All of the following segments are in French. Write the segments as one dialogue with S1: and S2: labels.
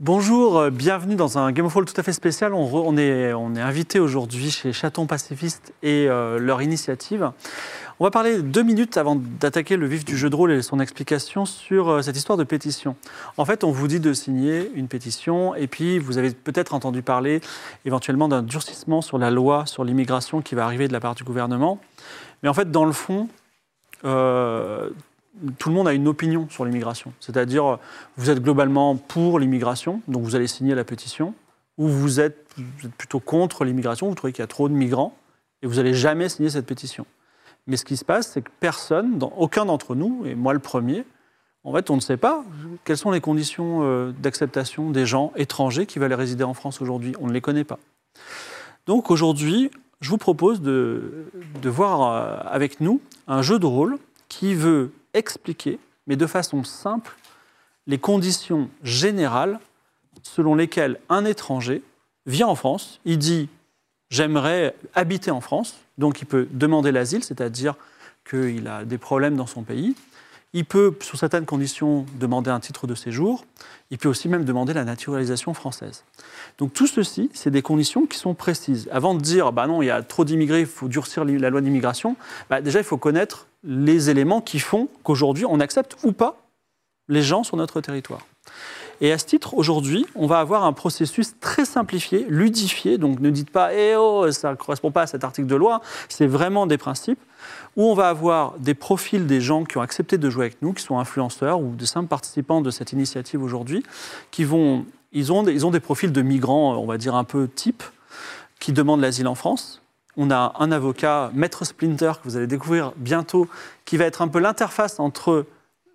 S1: Bonjour, euh, bienvenue dans un Game of Thrones tout à fait spécial. On, re- on est, on est invité aujourd'hui chez Chaton Pacifiste et euh, leur initiative. On va parler deux minutes avant d'attaquer le vif du jeu de rôle et son explication sur euh, cette histoire de pétition. En fait, on vous dit de signer une pétition et puis vous avez peut-être entendu parler éventuellement d'un durcissement sur la loi sur l'immigration qui va arriver de la part du gouvernement. Mais en fait, dans le fond, euh, tout le monde a une opinion sur l'immigration. C'est-à-dire, euh, vous êtes globalement pour l'immigration, donc vous allez signer la pétition, ou vous êtes, vous êtes plutôt contre l'immigration, vous trouvez qu'il y a trop de migrants, et vous n'allez jamais signer cette pétition. Mais ce qui se passe, c'est que personne, dans- aucun d'entre nous, et moi le premier, en fait, on ne sait pas quelles sont les conditions euh, d'acceptation des gens étrangers qui veulent résider en France aujourd'hui. On ne les connaît pas. Donc aujourd'hui, je vous propose de, de voir euh, avec nous un jeu de rôle qui veut expliquer, mais de façon simple, les conditions générales selon lesquelles un étranger vient en France. Il dit j'aimerais habiter en France, donc il peut demander l'asile, c'est-à-dire qu'il a des problèmes dans son pays. Il peut, sous certaines conditions, demander un titre de séjour. Il peut aussi même demander la naturalisation française. Donc tout ceci, c'est des conditions qui sont précises. Avant de dire, bah non, il y a trop d'immigrés, il faut durcir la loi d'immigration, bah, déjà, il faut connaître les éléments qui font qu'aujourd'hui, on accepte ou pas les gens sur notre territoire. Et à ce titre, aujourd'hui, on va avoir un processus très simplifié, ludifié. Donc ne dites pas, eh oh, ça ne correspond pas à cet article de loi. C'est vraiment des principes où on va avoir des profils des gens qui ont accepté de jouer avec nous, qui sont influenceurs ou de simples participants de cette initiative aujourd'hui, qui vont, ils ont, des- ils ont des profils de migrants, on va dire un peu type, qui demandent l'asile en France. On a un avocat, Maître Splinter, que vous allez découvrir bientôt, qui va être un peu l'interface entre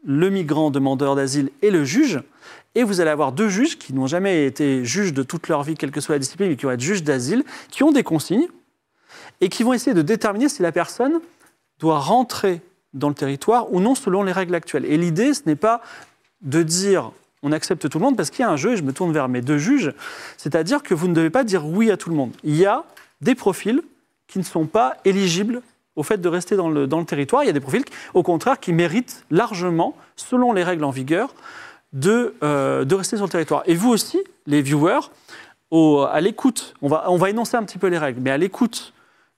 S1: le migrant demandeur d'asile et le juge. Et vous allez avoir deux juges qui n'ont jamais été juges de toute leur vie, quelle que soit la discipline, mais qui vont être juges d'asile, qui ont des consignes et qui vont essayer de déterminer si la personne doit rentrer dans le territoire ou non selon les règles actuelles. Et l'idée, ce n'est pas de dire on accepte tout le monde parce qu'il y a un jeu, et je me tourne vers mes deux juges, c'est-à-dire que vous ne devez pas dire oui à tout le monde. Il y a des profils qui ne sont pas éligibles au fait de rester dans le, dans le territoire. Il y a des profils, au contraire, qui méritent largement, selon les règles en vigueur, de, euh, de rester sur le territoire. Et vous aussi, les viewers, au- à l'écoute, on va, on va énoncer un petit peu les règles, mais à l'écoute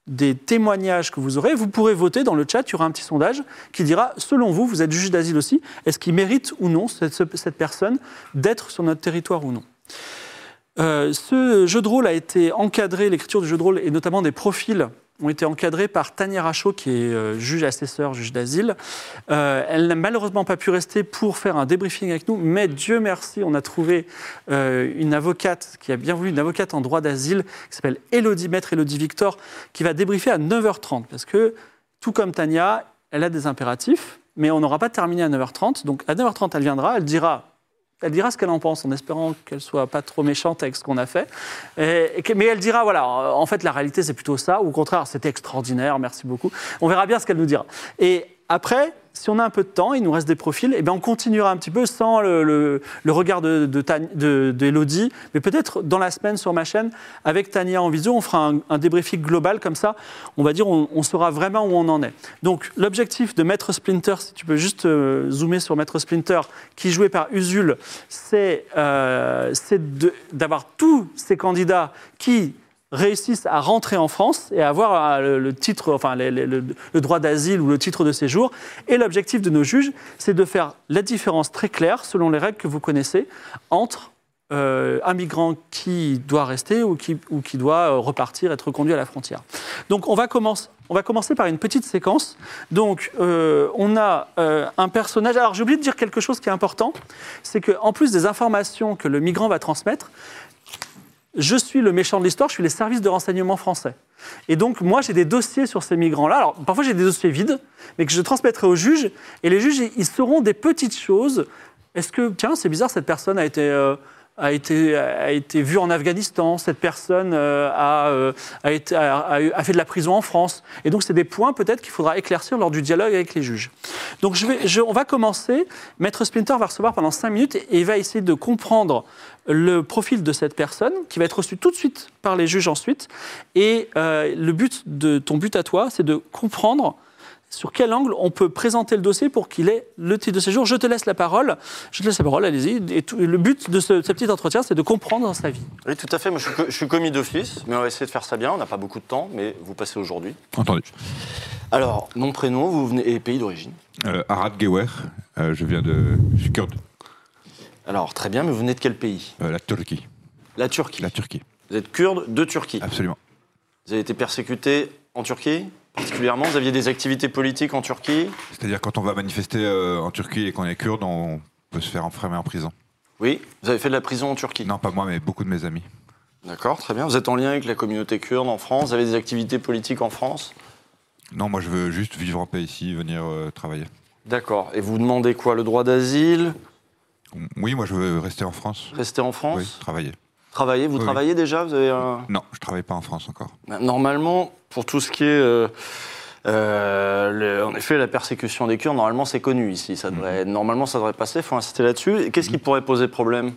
S1: des témoignages que vous aurez, vous pourrez voter dans le chat, il y aura un petit sondage qui dira, selon vous, vous êtes juge d'asile aussi, est-ce qu'il mérite ou non cette, cette personne d'être sur notre territoire ou non euh, ce jeu de rôle a été encadré, l'écriture du jeu de rôle et notamment des profils ont été encadrés par Tania Rachaud, qui est euh, juge assesseur, juge d'asile. Euh, elle n'a malheureusement pas pu rester pour faire un débriefing avec nous, mais Dieu merci, on a trouvé euh, une avocate qui a bien voulu, une avocate en droit d'asile, qui s'appelle Elodie Maître, Elodie Victor, qui va débriefer à 9h30, parce que tout comme Tania, elle a des impératifs, mais on n'aura pas terminé à 9h30. Donc à 9h30, elle viendra, elle dira elle dira ce qu'elle en pense, en espérant qu'elle soit pas trop méchante avec ce qu'on a fait. Et- et que- mais elle dira, voilà, euh, en fait, la réalité, c'est plutôt ça, ou au contraire, c'était extraordinaire, merci beaucoup. On verra bien ce qu'elle nous dira. Et après, si on a un peu de temps, il nous reste des profils, et bien on continuera un petit peu sans le, le- le regard de, de, Tan- de- d'Élodie, mais peut-être dans la semaine sur ma chaîne, avec Tania en visio, on fera un, un débriefing global, comme ça, on va dire, on, on saura vraiment où on en est. Donc, l'objectif de Maître Splinter, si tu peux juste euh, zoomer sur Maître Splinter, qui est joué par Usul, c'est euh, c'est de- d'avoir tous ces candidats qui réussissent à rentrer en France et à avoir euh, le, le titre, enfin les- les- le, le droit d'asile ou le titre de séjour. Et l'objectif de nos juges, c'est de faire la différence très claire, selon les règles que vous connaissez, entre euh, un migrant qui doit rester ou qui, ou qui doit euh, repartir, être conduit à la frontière. Donc on va, commencer, on va commencer par une petite séquence. Donc euh, on a euh, un personnage. Alors j'ai oublié de dire quelque chose qui est important, c'est qu'en plus des informations que le migrant va transmettre, je suis le méchant de l'histoire, je suis les services de renseignement français. Et donc, moi, j'ai des dossiers sur ces migrants-là. Alors, parfois, j'ai des dossiers vides, mais que je transmettrai aux juges. Et les juges, ils sauront des petites choses Est-ce que, tiens, c'est bizarre, cette personne a été, euh, a été, a été vue en Afghanistan, cette personne euh, a, euh, a, été, a, a eu- a fait de la prison en France. Et donc, c'est des points peut-être qu'il faudra éclaircir lors du dialogue avec les juges. Donc, je vais, je- on va commencer. Maître Splinter va recevoir pendant 5 minutes et, et va essayer de comprendre le profil de cette personne qui va être reçue tout de suite par les juges ensuite. Et euh, le but de ton but à toi, c'est de comprendre sur quel angle on peut présenter le dossier pour qu'il ait le titre de séjour. Je te laisse la parole. Je te laisse la parole, allez-y. Et tout- le but de ce, ce petit entretien, c'est de comprendre sa vie.
S2: Oui, tout à fait. Moi, je, suis, co- je suis commis d'office, mais on va essayer de faire ça bien. On n'a pas beaucoup de temps, mais vous passez aujourd'hui.
S3: Entendu.
S2: Alors, nom, prénom, vous venez et pays d'origine.
S3: Euh, Arad Gewer, euh, je viens de. Je suis kurde.
S2: Alors, très bien, mais vous venez de quel pays
S3: Euh, la Turquie.
S2: La Turquie.
S3: La Ah. Turquie,
S2: Vous êtes kurde de Turquie.
S3: absolument.
S2: Vous avez été persécuté en Turquie, particulièrement. Vous aviez des activités politiques en Turquie.
S3: C'est-à-dire, quand on va manifester euh, en Turquie et qu'on est kurde, on peut se faire enfermer en prison.
S2: Oui, vous avez fait de la prison en Turquie.
S3: Non, pas moi, mais beaucoup de mes amis.
S2: D'accord, très bien. Vous êtes en lien avec la communauté kurde en France. Vous avez des activités politiques en France.
S3: Non, moi, je veux juste vivre en paix ici, venir euh, travailler.
S2: D'accord. Et vous demandez quoi Le droit d'asile
S3: Oui, moi, je veux rester en France.
S2: Rester en
S3: Oui,
S2: France
S3: travailler.
S2: Travailler Vous
S3: Oui, oui.
S2: travaillez déjà Vous avez un...
S3: Non, je travaille pas en France encore.
S2: Bah, Normalement, pour tout ce qui est. euh, euh, le- en effet, la persécution des Kurdes, normalement, c'est connu ici. Ça
S3: Mhm.
S2: devrait, Normalement, ça devrait passer. Il faut insister là-dessus. Et Qu'est-ce qui pourrait poser problème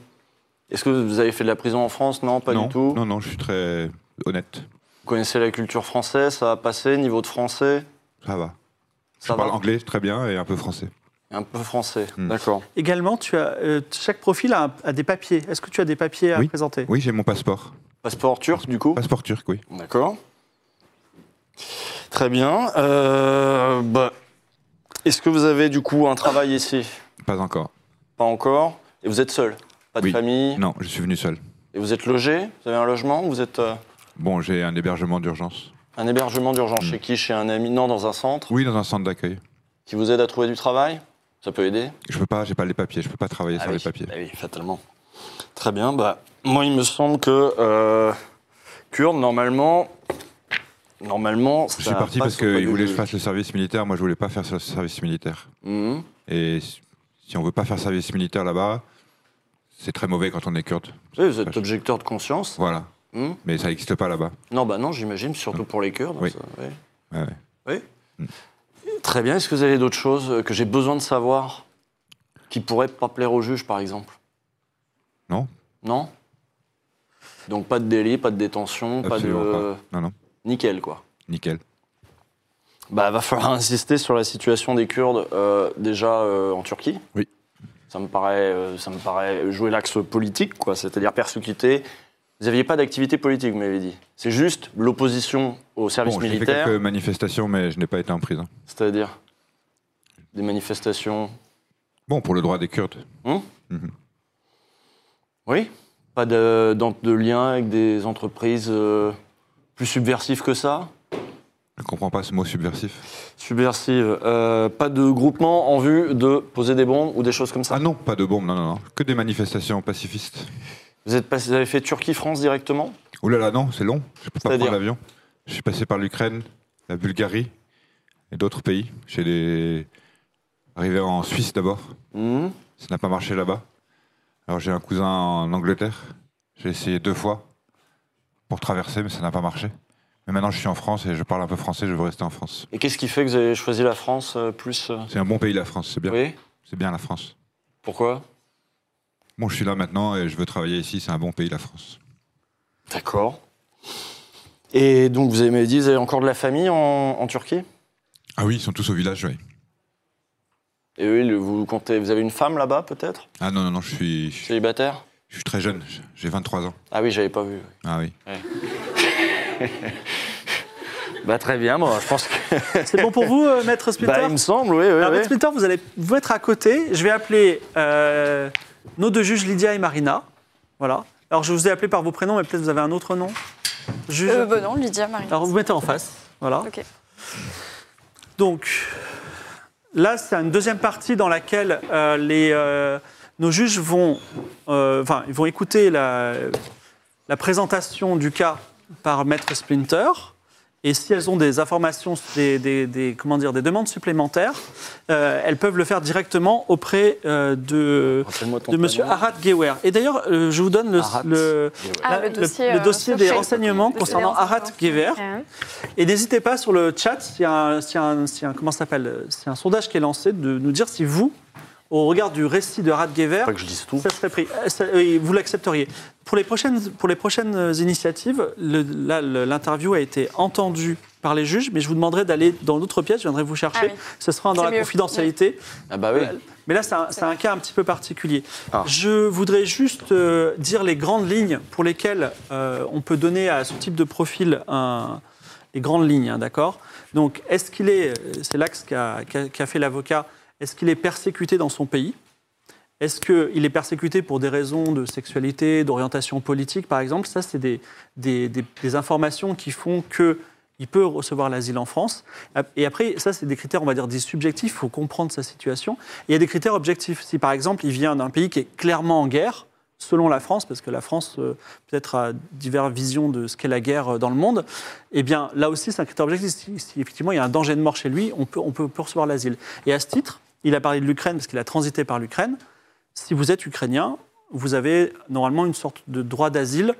S2: Est-ce que vous avez fait de la prison en France Non, pas
S3: non,
S2: du tout.
S3: Non, non, je suis très honnête.
S2: Vous connaissez la culture française Ça va passer Niveau de français
S3: Ça va.
S2: Ça
S3: je
S2: va
S3: parle anglais très bien et un peu français.
S2: Un peu français.
S3: Mm.
S2: D'accord.
S1: Également, tu as, euh, chaque profil a, un- a des papiers. Est-ce que tu as des papiers à
S3: Oui.
S1: présenter
S3: Oui, j'ai mon passeport.
S2: Passeport turc, du coup
S3: Passeport turc, oui.
S2: D'accord. Très bien. Euh, bah, Est-ce que vous avez, du coup, un travail ici
S3: Pas encore.
S2: Pas encore. Et vous êtes seul Pas de
S3: Oui.
S2: famille
S3: Non, je suis venu seul.
S2: Et vous êtes logé Vous avez un logement ou Vous êtes euh,
S3: Bon, j'ai un hébergement d'urgence.
S2: un hébergement d'urgence chez qui Chez un ami Non, dans un centre
S3: Oui, dans un centre d'accueil.
S2: Qui vous aide à trouver du travail Ça peut aider
S3: Je peux pas, j'ai pas les papiers, je peux pas travailler
S2: Ah
S3: sur
S2: oui.
S3: les papiers.
S2: Ah oui, fatalement. Très bien. Bah, moi, il me semble que euh, Kurde, normalement, normalement,
S3: Je suis parti parce qu'ils voulaient que je fasse le service militaire, moi je voulais pas faire le service militaire.
S2: Mmh.
S3: Et si- si on veut pas faire service militaire là-bas, c'est très mauvais quand on est kurde.
S2: vous êtes objecteur de conscience.
S3: Voilà.
S2: Mhm.
S3: Mais ça n'existe pas là-bas.
S2: Non, bah non, j'imagine, surtout pour les Kurdes.
S3: Mm. Oui.
S2: ça, oui.
S3: Ouais, ouais. Mm.
S2: Oui. Très bien. Est-ce que vous avez d'autres choses euh, que j'ai besoin de savoir qui pourraient pas plaire au juge, par exemple
S3: Non.
S2: Non Donc pas de délit, pas de détention, pas
S3: Absolument
S2: de.
S3: pas. Non, non.
S2: Nickel, quoi.
S3: Nickel.
S2: Bah, va falloir insister sur la situation des Kurdes euh, déjà euh, en Turquie.
S3: Oui.
S2: Ça me paraît, euh, ça me paraît jouer l'axe politique, quoi. C'est-à-dire persécuter. Vous n'aviez pas d'activité politique, vous m'avez dit. C'est juste l'opposition au service
S3: Bon, j'ai fait
S2: militaire.
S3: quelques manifestations, mais je n'ai pas été en prison.
S2: C'est-à-dire des manifestations.
S3: Bon, pour le droit des Kurdes.
S2: Oui Pas de, d'en- de lien avec des entreprises euh, plus subversives que ça
S3: Je comprends pas ce mot subversif.
S2: Subversives. euh, pas de groupement en vue de poser des bombes ou des choses comme ça
S3: Ah non, pas de bombe, non, non, non. Que des manifestations pacifistes.
S2: vous, êtes passé- vous avez fait Turquie-France directement
S3: Oh là là, non, c'est long. Je peux pas
S2: C'est-à-dire
S3: prendre l'avion. Je suis passé par l'Ukraine, la Bulgarie et d'autres pays. J'ai des... arrivé en Suisse d'abord.
S2: Hmm.
S3: Ça n'a pas marché là-bas. Alors j'ai un cousin en Angleterre. J'ai essayé deux fois pour traverser, mais ça n'a pas marché. Mais maintenant je suis en France et je parle un peu français. Je veux rester en France.
S2: Et qu'est-ce qui fait que vous avez choisi la France euh, plus euh,
S3: C'est un bon pays la France. C'est bien.
S2: Oui
S3: C'est bien la France.
S2: Pourquoi
S3: Bon, je suis là maintenant et je veux travailler ici. C'est un bon pays la France.
S2: D'accord. Et donc vous avez dit, vous avez encore de la famille en, en Turquie
S3: Ah oui, ils sont tous au village, oui.
S2: Et eux, ils- vous comptez, vous avez une femme là-bas peut-être
S3: Ah non non non, je suis je suis-
S2: Célibataire
S3: je suis très jeune. J'ai 23 ans.
S2: Ah oui, j'avais pas vu.
S3: Ah oui.
S2: Bah très bien, moi je pense que.
S1: C'est bon pour vous, euh, Maître Splinter
S2: bah il me semble, oui, oui.
S1: Alors,
S2: oui.
S1: Maître Splinter, vous allez vous être à côté. Je vais appeler euh, nos deux juges, Lydia et Marina. Voilà. Alors, je vous ai appelé par vos prénoms, mais peut-être vous avez un autre nom Juge.
S4: Euh, bah non, Lydia, Marie.
S1: Alors vous mettez en face, voilà.
S4: Ok.
S1: Donc là, c'est une deuxième partie dans laquelle euh, les, euh, nos juges vont, euh, enfin, ils vont écouter la, la présentation du cas par Maître Splinter Et si elles ont des informations, des, des- des- comment dire, des demandes supplémentaires, euh, elles peuvent le faire directement auprès euh, de,
S2: Renseigne-moi ton
S1: de Monsieur
S2: prénom.
S1: Arad Gewer. Et d'ailleurs, euh, je vous donne le,
S2: Arad.
S1: le-
S4: Ah,
S1: la-
S4: le dossier, euh,
S1: dossier des
S4: dossier.
S1: renseignements
S4: Le dossier
S1: concernant
S4: des renseignements. Ah, hein.
S1: Arad Gewer.
S4: Ouais.
S1: Et n'hésitez pas sur le chat, s'il y a un, s'il y a un- s'il y a un- comment ça s'appelle euh, s'il y a un sondage qui est lancé, de nous dire si vous, au regard du récit de Radgever,
S2: Pas que je dise tout.
S1: ça serait pris, euh, ça- oui, vous l'accepteriez. Pour les prochaines, pour les prochaines initiatives, le- là, le- l'interview a été entendue par les juges, mais je vous demanderai d'aller dans l'autre pièce, je viendrai vous chercher.
S4: Ah oui.
S1: Ce sera dans
S4: C'est
S1: la
S4: mieux.
S1: confidentialité.
S2: Ah bah oui.
S1: Euh, Mais là, c'est un, c'est un cas un petit peu particulier.
S2: Ah.
S1: Je voudrais juste euh, dire les grandes lignes pour lesquelles euh, on peut donner à ce type de profil un- les grandes lignes, hein, d'accord Donc, est-ce qu'il est, euh, c'est l'axe qu'a qu'a- qu'a fait l'avocat, est-ce qu'il est persécuté dans son pays est-ce qu'il est persécuté pour des raisons de sexualité, d'orientation politique, par exemple Ça, c'est des, des- des- des informations qui font qu'il peut recevoir l'asile en France. Et après, ça, c'est des critères, on va dire, des subjectifs. Il faut comprendre sa situation. Et il y a des critères objectifs. Si, par exemple, il vient d'un pays qui est clairement en guerre, selon la France, parce que la France, euh, peut-être, a diverses visions de ce qu'est la guerre euh, dans le monde, eh bien, là aussi, c'est un critère objectif. Si, si, effectivement il y a un danger de mort chez lui, on peut, on peut, on peut recevoir l'asile. Et à ce titre, il a parlé de l'Ukraine, parce qu'il a transité par l'Ukraine si vous êtes ukrainien, vous avez normalement une sorte de droit d'asile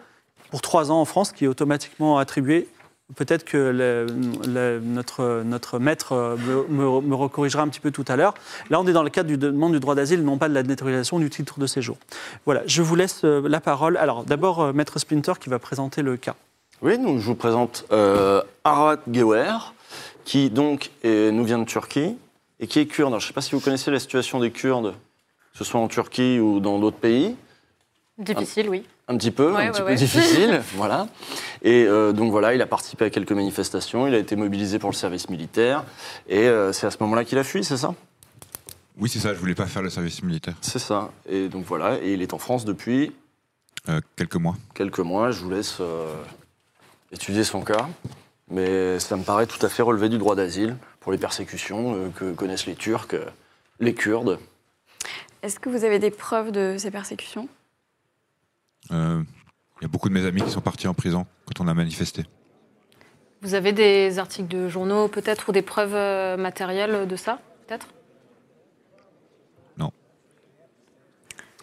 S1: pour trois ans en France qui est automatiquement attribué. Peut-être que le- le- notre, notre maître euh, me, me- me recorrigera un petit peu tout à l'heure. Là, on est dans le cadre du demande du droit d'asile, non pas de la naturalisation du titre de séjour. Voilà, je vous laisse euh, la parole. Alors, d'abord, euh, maître Splinter qui va présenter le cas.
S2: Oui, donc je vous présente euh, Arat Gewer, qui donc est- nous vient de Turquie et qui est kurde. Alors, je ne sais pas si vous connaissez la situation des Kurdes, que ce soit en Turquie ou dans d'autres pays.
S4: Difficile, oui.
S2: Un petit peu,
S4: Ouais,
S2: un petit
S4: ouais,
S2: peu
S4: ouais.
S2: difficile, voilà. Et euh, donc voilà, il a participé à quelques manifestations, il a été mobilisé pour le service militaire, et euh, c'est à ce moment-là qu'il a fui, c'est ça
S3: Oui, c'est ça, je voulais pas faire le service militaire.
S2: C'est ça. Et donc voilà, et il est en France depuis
S3: Euh, quelques mois.
S2: quelques mois. Je vous laisse euh, étudier son cas. Mais ça me paraît tout à fait relevé du droit d'asile pour les persécutions euh, que connaissent les Turcs, euh, les Kurdes.
S4: Est-ce que vous avez des preuves de ces persécutions
S3: Euh, Il y a beaucoup de mes amis qui sont partis en prison quand on a manifesté.
S5: Vous avez des articles de journaux peut-être ou des preuves euh, matérielles de ça peut-être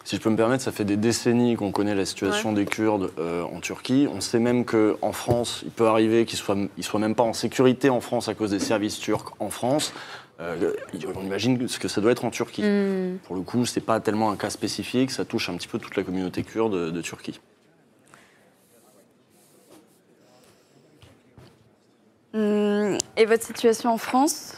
S2: Si je peux me permettre, ça fait des décennies qu'on connaît la situation des Kurdes euh, en Turquie. On sait même qu'en France, il peut arriver qu'ils soient, ils soient même pas en sécurité en France à cause des services turcs en France. Euh, on imagine ce que ça doit être en Turquie.
S6: Mm.
S5: Hmm.
S2: Pour le coup, c'est pas tellement un cas spécifique, ça touche un petit peu toute la communauté kurde de, de Turquie.
S4: Hum, Et votre situation en France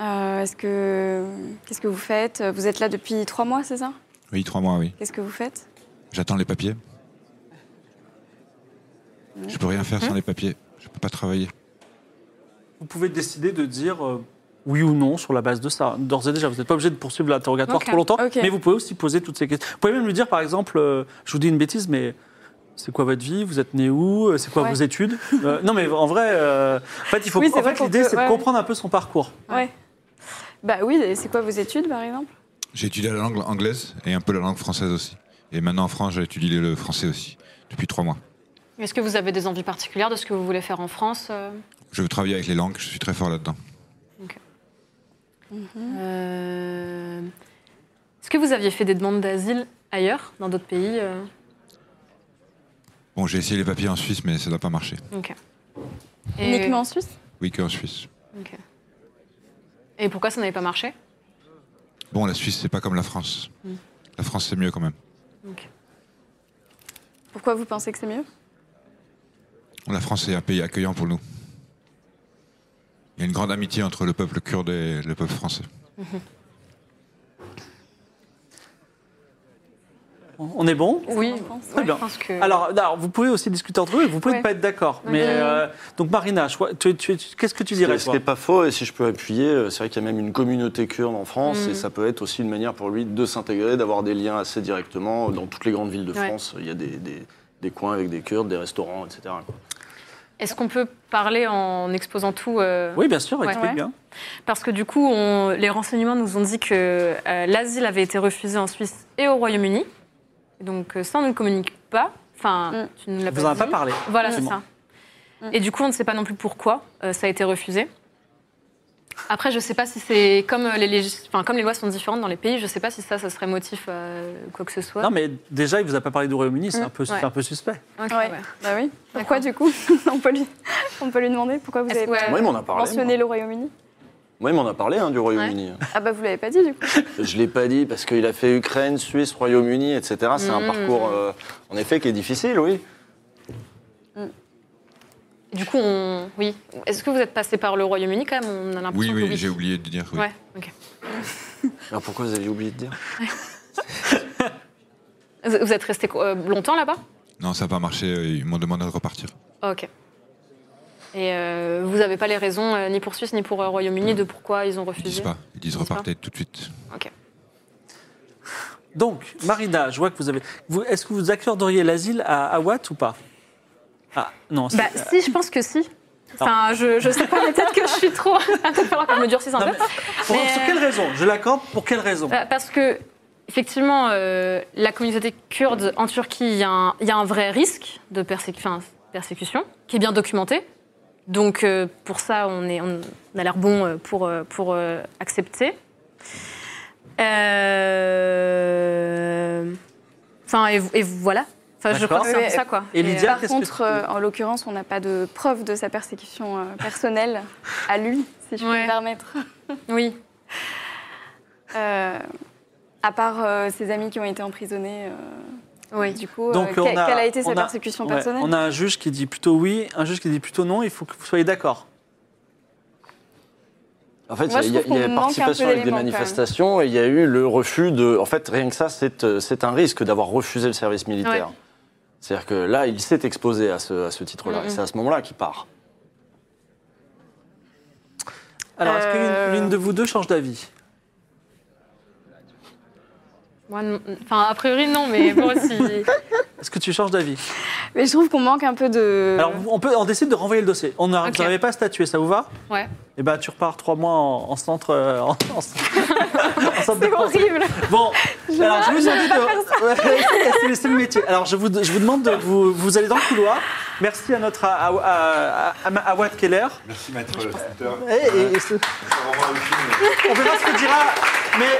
S4: Euh, Est-ce que qu'est-ce que vous faites Vous êtes là depuis trois mois, c'est ça
S3: Oui, trois mois, oui.
S4: Qu'est-ce que vous faites
S3: J'attends les papiers. Je peux rien faire sans les papiers. Je peux pas travailler.
S1: Vous pouvez décider de dire euh, oui ou non sur la base de ça. D'ores et déjà, vous n'êtes pas obligé de poursuivre l'interrogatoire
S4: Ok,
S1: trop longtemps,
S4: ok.
S1: mais vous pouvez aussi poser toutes ces questions. Vous pouvez même lui dire, par exemple, euh, je vous dis une bêtise, mais c'est quoi votre vie Vous êtes né où Euh, C'est quoi
S4: Ouais.
S1: vos études Euh, Non, mais en vrai, euh, en fait, il faut.
S4: Oui,
S1: en
S4: c'est vrai
S1: fait,
S4: qu'on
S1: l'idée,
S4: peut-
S1: c'est de
S4: ouais.
S1: comprendre un peu son parcours.
S4: Ouais. Bah oui, et c'est quoi vos études par exemple
S3: J'ai étudié la langue anglaise et un peu la langue française aussi. Et maintenant en France, j'étudie le français aussi depuis trois mois.
S5: Est-ce que vous avez des envies particulières de ce que vous voulez faire en France euh
S3: Je veux travailler avec les langues, je suis très fort là-dedans.
S5: Euh, Est-ce que vous aviez fait des demandes d'asile ailleurs, dans d'autres pays euh
S3: Bon, j'ai essayé les papiers en Suisse, mais ça n'a pas marché.
S5: Ok.
S4: Uniquement en Suisse
S3: Oui, qu'en Suisse.
S5: ok. Et pourquoi ça n'avait pas marché
S3: Bon, la Suisse, c'est pas comme la France. La France, c'est mieux quand même.
S4: Pourquoi vous pensez que c'est mieux
S3: La France est un pays accueillant pour nous. Il y a une grande amitié entre le peuple kurde et le peuple français.
S1: On est bon
S5: Oui,
S4: Je pense,
S1: Très
S4: ouais.
S1: bien.
S5: Je pense que.
S1: Alors, alors, vous pouvez aussi discuter entre vous, et vous pouvez ne
S4: Ouais.
S1: pas être d'accord.
S5: Ouais.
S1: Mais
S5: Mhm.
S1: euh, donc, Marina, je crois- tu- tu- tu- qu'est-ce que tu dirais
S2: Ce
S1: toi
S2: n'est pas faux, et si je peux appuyer, euh, c'est vrai qu'il y a même une communauté kurde en France,
S5: Mhm.
S2: et ça peut être aussi une manière pour lui de s'intégrer, d'avoir des liens assez directement. Dans toutes les grandes villes de
S5: Ouais.
S2: France, il y a des, des- des coins avec des Kurdes, des restaurants, etc. quoi.
S5: Est-ce qu'on peut parler en exposant tout euh,
S1: Oui, bien sûr,
S5: Ouais.
S1: explique
S4: Ouais.
S1: bien.
S5: Parce que du coup, on- les renseignements nous ont dit que euh, l'asile avait été refusé en Suisse et au Royaume-Uni. Donc euh, ça, on ne communique pas. Enfin,
S4: Mm.
S5: tu ne l'as
S1: Vous en avez pas
S5: dit.
S1: parlé.
S5: Voilà, c'est
S1: Absolument.
S5: ça. Et du coup, on ne sait pas non plus pourquoi euh, ça a été refusé. Après, je ne sais pas si c'est comme euh, les, légis- enfin, comme les lois sont différentes dans les pays, je ne sais pas si ça, ça serait motif euh, quoi que ce soit.
S1: Non, mais déjà, il vous a pas parlé du Royaume-Uni, c'est
S5: Mm,
S1: un, peu- c'est
S5: ouais.
S1: un peu suspect.
S5: Ok,
S4: Ouais.
S5: ouais.
S4: Bah oui. Pourquoi du coup on, peut lui, on peut lui demander pourquoi vous
S5: Est-ce-
S4: avez
S5: ouais.
S2: Moi, il m'en a parlé. Moi,
S4: mentionné le Royaume-Uni
S2: Moi, il m'en a parlé hein, du Royaume-Uni.
S4: Ah bah vous l'avez pas dit du coup.
S2: Je l'ai pas dit parce qu'il a fait Ukraine, Suisse, Royaume-Uni, etc. C'est un
S4: Mm.
S5: Mhm.
S2: parcours, euh, en effet, qui est difficile, oui.
S5: Du coup, on... oui. Est-ce que vous êtes passé par le Royaume-Uni quand même On a l'impression
S3: Oui,
S5: que
S3: oui, j'ai oublié de dire. Oui.
S5: Ouais, ok.
S2: Alors pourquoi vous aviez oublié de dire
S5: Vous vous êtes resté euh, longtemps là-bas
S3: Non, ça n'a pas marché. euh, Ils m'ont demandé de repartir.
S5: Ok. Et euh, vous n'avez pas les raisons, euh, ni pour Suisse, ni pour euh, Royaume-Uni, de pourquoi ils ont
S3: Ils disent
S5: refusé
S3: pas. Ils disent
S5: Ils disent pas.
S3: repartez tout de suite.
S5: Ok.
S1: Donc, Marina, je vois que vous avez. vous- Est-ce que vous accorderiez l'asile à Awad ou pas Ah, non, c'est.
S5: Bah, si, je pense que si. Enfin, je, je sais pas, mais peut-être que je suis trop. Peut-être qu'il faudra qu'on me durcisse un
S1: Non,
S5: peu.
S1: mais- Pour-
S5: mais,
S1: Sur
S5: euh,
S1: quelle raison Je l'accorde pour quelle raison
S5: Euh, Parce que, effectivement, euh, la communauté kurde en Turquie, il y, a un- il y a un vrai risque de persé- enfin, persécution qui est bien documenté. Donc, euh, pour ça, on, est, on a l'air bon euh, pour, euh, pour euh, accepter. Euh, Enfin, et, et voilà. Enfin, je crois
S1: D'accord.
S5: que c'est un peu
S4: Mais-
S5: ça, quoi.
S1: Et Lydia,
S5: euh,
S4: Par
S1: qu'est-ce que
S4: contre,
S1: tu-
S4: euh, en l'occurrence, on n'a pas de preuve de sa persécution euh, personnelle à lui, si je peux
S5: Ouais.
S4: me permettre.
S5: Oui.
S4: Euh, à part euh, ses amis qui ont été emprisonnés. euh,
S5: Oui.
S4: Du coup,
S1: Donc,
S4: euh,
S1: on
S4: que- quelle
S1: a-
S4: a, été
S1: on
S4: sa
S1: a-
S4: persécution
S1: Ouais,
S4: personnelle
S1: On a un juge qui dit plutôt oui, un juge qui dit plutôt non, il faut que vous soyez d'accord.
S2: En fait,
S4: Moi,
S2: il y
S4: je
S2: a,
S4: trouve
S2: il y a
S4: qu'on manque un
S2: participation
S4: peu
S2: avec des
S4: d'éléments, quand même.
S2: manifestations et il y a eu le refus de. En fait, rien que ça, c'est euh, c'est un risque d'avoir refusé le service militaire.
S5: Ouais.
S2: C'est-à-dire que là, il s'est exposé à ce, à ce titre-là.
S5: Mhm.
S2: Et c'est à ce moment-là qu'il part.
S1: Alors, est-ce
S4: Euh.
S1: que l'une de vous deux change d'avis
S5: Moi, non- enfin, a priori, non, mais bon, si.
S1: Est-ce que tu changes d'avis
S4: Mais je trouve qu'on manque un peu de.
S1: Alors, on, peut, on décide de renvoyer le dossier. On n'a-
S5: Ok.
S1: Vous n'avez pas statué, ça vous va
S5: Ouais.
S1: Eh ben, tu repars trois mois en, en centre. euh, en, en- en centre de
S4: C'est
S1: France.
S4: horrible.
S1: Bon, alors je vous demande de. Ouais, c'est- c'est le métier. Alors je vous, je vous demande de vous, vous allez dans le couloir. Merci à notre à, à, à- à- à Awad Keller.
S3: Merci, maître le
S1: Et, et- et ce- on verra ce que dira. Mais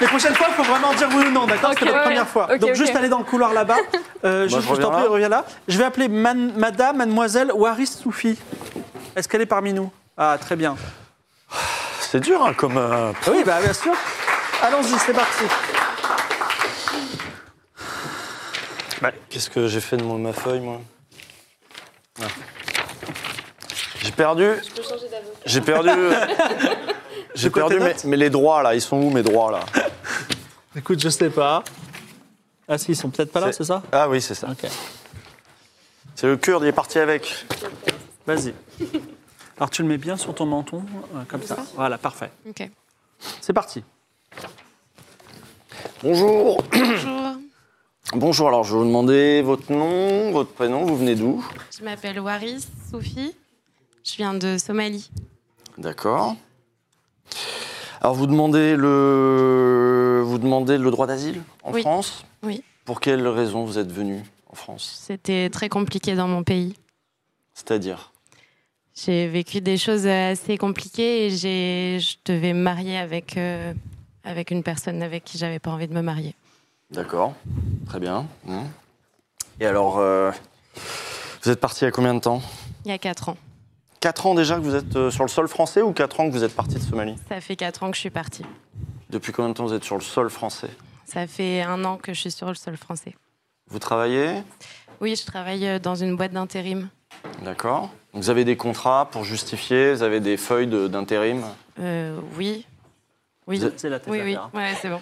S1: les prochaines fois, il faut vraiment dire oui ou non, d'accord
S5: Ok,
S1: C'est la
S5: ouais,
S1: première
S5: ouais.
S1: fois.
S5: Ok,
S1: Donc
S5: ok.
S1: juste aller dans le couloir là-bas. Euh,
S2: Moi,
S1: je
S2: je
S1: je t'en
S2: reviens
S1: prie,
S2: là.
S1: reviens là. Je vais appeler man- Madame, Mademoiselle Waris Soufi. Est-ce qu'elle est parmi nous Ah très bien.
S2: C'est dur, hein, comme. euh,
S1: Ah Oui, bah, bien sûr. Allons-y, c'est parti.
S2: Bah, Qu'est-ce que j'ai fait de mon- ma feuille, moi Ah. J'ai perdu. J'ai perdu. J'ai
S1: quoi tes
S2: perdu, mais,
S1: notes
S2: mais les droits là, ils sont où mes droits là
S1: Écoute, je sais pas. Ah si, ils sont peut-être pas là,
S2: C'est-
S1: c'est ça
S2: Ah oui, c'est ça.
S1: Ok.
S2: C'est le Kurde, il est parti avec.
S1: Vas-y. Alors tu le mets bien sur ton menton, euh, comme ça. Voilà, parfait.
S7: Ok.
S1: C'est parti.
S2: Bonjour.
S7: Bonjour,
S2: Bonjour. Alors, je vais vous demander votre nom, votre prénom. Vous venez d'où
S7: je m'appelle Waris Soufi. Je viens de Somalie.
S2: D'accord. Alors, vous demandez le, vous demandez le droit d'asile en
S7: Oui.
S2: France.
S7: Oui.
S2: Pour quelle raison vous êtes venu en France
S7: C'était très compliqué dans mon pays.
S2: C'est-à-dire
S7: J'ai vécu des choses assez compliquées et j'ai, je devais me marier avec, euh, avec une personne avec qui j'avais pas envie de me marier.
S2: D'accord, très bien. Mm. Et alors, euh, vous êtes parti il y a combien de temps
S7: Il y a 4 ans.
S2: 4 ans déjà que vous êtes euh, sur le sol français ou 4 ans que vous êtes parti de Somalie
S7: Ça fait 4 ans que je suis partie.
S2: Depuis combien de temps vous êtes sur le sol français
S7: Ça fait un an que je suis sur le sol français.
S2: Vous travaillez
S7: Oui, je travaille euh, dans une boîte d'intérim.
S2: D'accord. Vous avez des contrats pour justifier, vous avez des feuilles de- d'intérim,
S7: Euh, oui. Oui.
S2: Vous êtes-
S1: C'est la tête
S7: Oui,
S1: à
S7: oui.
S1: faire, hein.
S7: Ouais, c'est bon.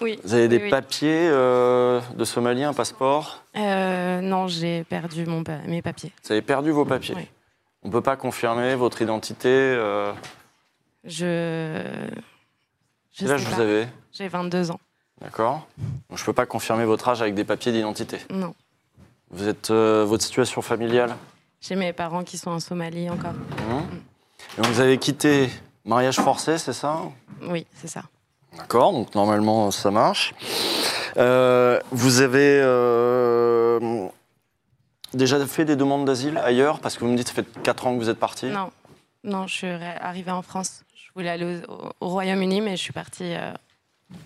S7: Oui.
S2: vous avez des
S7: Oui, oui.
S2: papiers euh, de Somalie, un passeport
S7: Euh, non, j'ai perdu mon pa- mes papiers.
S2: Vous avez perdu vos papiers.
S7: Oui.
S2: On ne peut pas confirmer votre identité. euh,
S7: Je. Je
S2: Quel âge
S7: sais
S2: vous
S7: pas.
S2: avez
S7: J'ai 22 ans.
S2: D'accord. Donc, Je ne peux pas confirmer votre âge avec des papiers d'identité.
S7: Non.
S2: Vous êtes euh, votre situation familiale
S7: J'ai mes parents qui sont en Somalie encore.
S2: Hein Et donc vous avez quitté mariage forcé, c'est ça
S7: Oui, c'est ça.
S2: D'accord, donc normalement ça marche. Euh, vous avez. euh, déjà fait des demandes d'asile ailleurs Parce que vous me dites, ça fait 4 ans que vous êtes parti.
S7: Non, non, je suis re- arrivée en France. Je voulais aller au, au- au Royaume-Uni, mais je suis partie euh,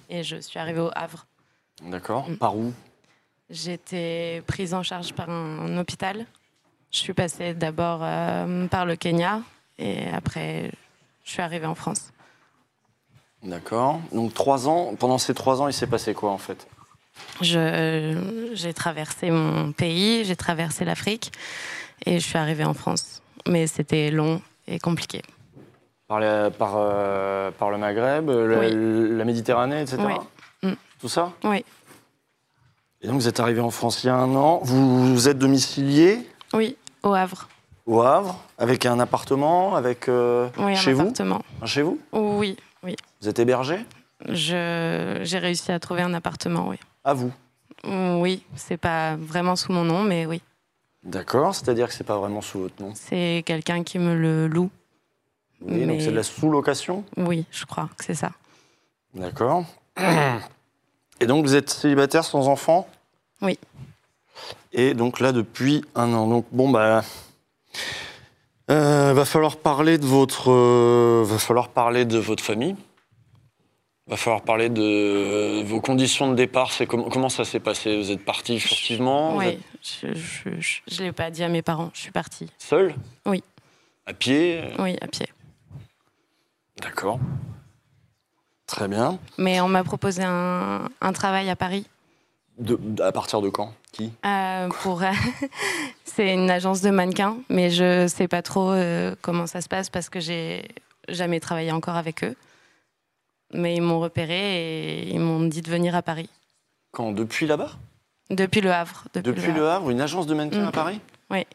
S7: et je suis arrivée au Havre.
S2: D'accord.
S7: Mm.
S2: Par où
S7: J'étais prise en charge par un, un hôpital. Je suis passée d'abord euh, par le Kenya et après je suis arrivée en France.
S2: D'accord. Donc 3 ans, pendant ces 3 ans, il s'est passé quoi en fait
S7: Je, euh, j'ai traversé mon pays, j'ai traversé l'Afrique et je suis arrivée en France. Mais c'était long et compliqué.
S2: Par, la- par, euh, par le Maghreb, la, la Méditerranée, etc.
S7: Oui. Mm.
S2: Tout ça
S7: Oui,
S2: Et donc vous êtes arrivé en France il y a un an, vous, vous êtes domicilié
S7: oui, au Havre.
S2: au Havre, avec un appartement, avec euh,
S7: Oui, un
S2: chez vous
S7: appartement.
S2: Un Chez vous
S7: Oui, oui.
S2: Vous êtes hébergé
S7: Je, j'ai réussi à trouver un appartement, oui.
S2: À vous.
S7: Oui, c'est pas vraiment sous mon nom, mais oui.
S2: D'accord, c'est-à-dire que c'est pas vraiment sous votre nom.
S7: C'est quelqu'un qui me le loue.
S2: Oui, Donc
S7: Mais-
S2: c'est de la sous-location
S7: Oui, je crois que c'est ça.
S2: D'accord. Et donc vous êtes célibataire sans enfant
S7: Oui.
S2: Et donc là depuis un an. Donc bon bah euh, va falloir parler de votre euh, va falloir parler de votre famille. Va falloir parler de euh, vos conditions de départ. C'est comment comment ça s'est passé Vous êtes parti furtivement Vous
S7: oui,
S2: êtes
S7: je, je, je- je l'ai pas dit à mes parents. Je suis partie.
S2: seul
S7: Oui.
S2: À pied
S7: Oui, à pied.
S2: D'accord. Très bien.
S7: Mais on m'a proposé un, un travail à Paris
S2: De- à partir de quand Qui
S7: euh, pour. c'est une agence de mannequins, mais je sais pas trop euh, comment ça se passe parce que j'ai jamais travaillé encore avec eux. Mais ils m'ont repéré et ils m'ont dit de venir à Paris.
S2: Quand Depuis là-bas
S7: Depuis le Havre. Depuis,
S2: Depuis
S7: le
S2: le
S7: Havre.
S2: Havre, une agence de mannequin
S7: Mm.
S2: à Paris
S7: Oui.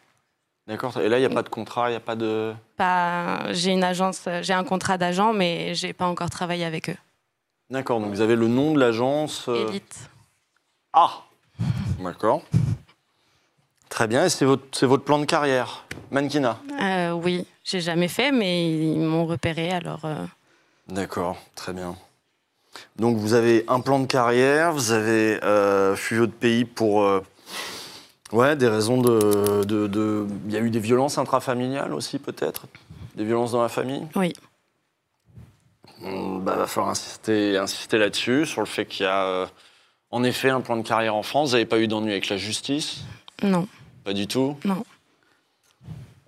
S2: D'accord. Et là, il n'y a pas de contrat, il n'y a pas de.
S7: Pas- J'ai une agence, j'ai un contrat d'agent, mais j'ai pas encore travaillé avec eux.
S2: D'accord, donc vous avez le nom de l'agence. euh,
S7: Élite.
S2: Ah D'accord. Très bien, et c'est votre, c'est votre plan de carrière Mannequinat
S7: Euh, oui, j'ai jamais fait, mais ils m'ont repéré, alors euh,
S2: D'accord, très bien. Donc vous avez un plan de carrière, vous avez euh, fui votre pays pour. euh, ouais, des raisons de. de- de- Il y a eu des violences intrafamiliales aussi, peut-être Des violences dans la famille
S7: oui.
S2: Il Mmh, bah, va falloir insister, insister là-dessus, sur le fait qu'il y a euh, en effet un plan de carrière en France. Vous n'avez pas eu d'ennui avec la justice
S7: Non,
S2: Pas du tout
S7: Non.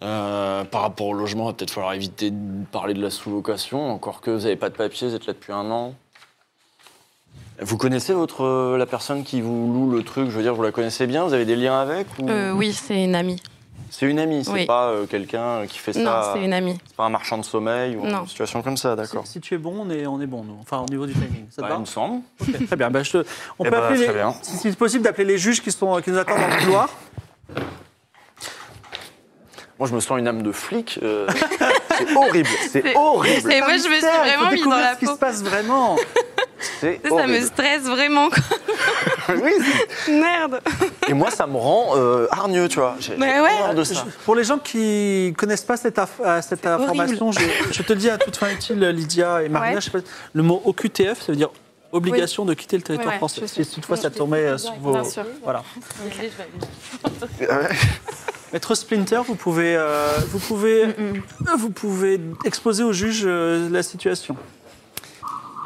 S2: Euh, par rapport au logement, il va peut-être falloir éviter de parler de la sous-location, encore que vous n'avez pas de papier, vous êtes là depuis un an. Vous connaissez votre, euh, la personne qui vous loue le truc Je veux dire, vous la connaissez bien Vous avez des liens avec ou-
S7: Euh, oui, c'est une amie.
S2: C'est une amie, c'est
S7: Oui.
S2: pas euh, quelqu'un qui fait
S7: Non,
S2: ça.
S7: c'est une amie.
S2: C'est pas un marchand de sommeil ou
S7: Non.
S2: une situation comme ça, d'accord
S1: Si, si tu es bon, on est, on est bon, nous. Enfin, au niveau du timing. Ça te
S2: Ouais,
S1: va
S2: Il me semble.
S1: Ok, Très bien. Bah, je te- On
S2: Eh
S1: peut
S2: ben,
S1: appeler
S2: très
S1: les-
S2: bien.
S1: Si c'est possible d'appeler les juges qui, sont, qui nous attendent dans le couloir.
S2: Moi, je me sens une âme de flic. euh, c'est horrible. C'est
S7: C'est-
S2: horrible.
S7: Et moi, je me suis
S1: Putain, il faut
S7: vraiment mis dans
S1: découvrir
S7: la
S1: ce qui
S7: peau.
S1: se passe vraiment.
S2: C'est
S7: Ça me
S2: horrible.
S7: stresse vraiment. quoi.
S2: Oui, c'est-
S7: Merde.
S2: Et moi, ça me rend euh, hargneux, tu vois. J'ai
S7: Mais
S2: j'ai
S7: ouais.
S2: horreur de ça.
S1: Pour les gens qui ne connaissent pas cette, aff- euh, cette information, je, je te dis à toute fin utile, Lydia et Marina,
S4: Ouais.
S1: je sais pas, le mot OQTF, ça veut dire obligation de quitter le territoire
S4: Ouais, ouais,
S1: français.
S4: je
S1: Si
S4: sais.
S1: toutefois ça tombait euh, sur vos.
S4: Bien sûr.
S1: Voilà.
S2: Ah
S1: Maître Splinter, vous pouvez, euh, vous pouvez,
S4: Mm,
S1: euh, vous pouvez exposer au juge euh, la situation.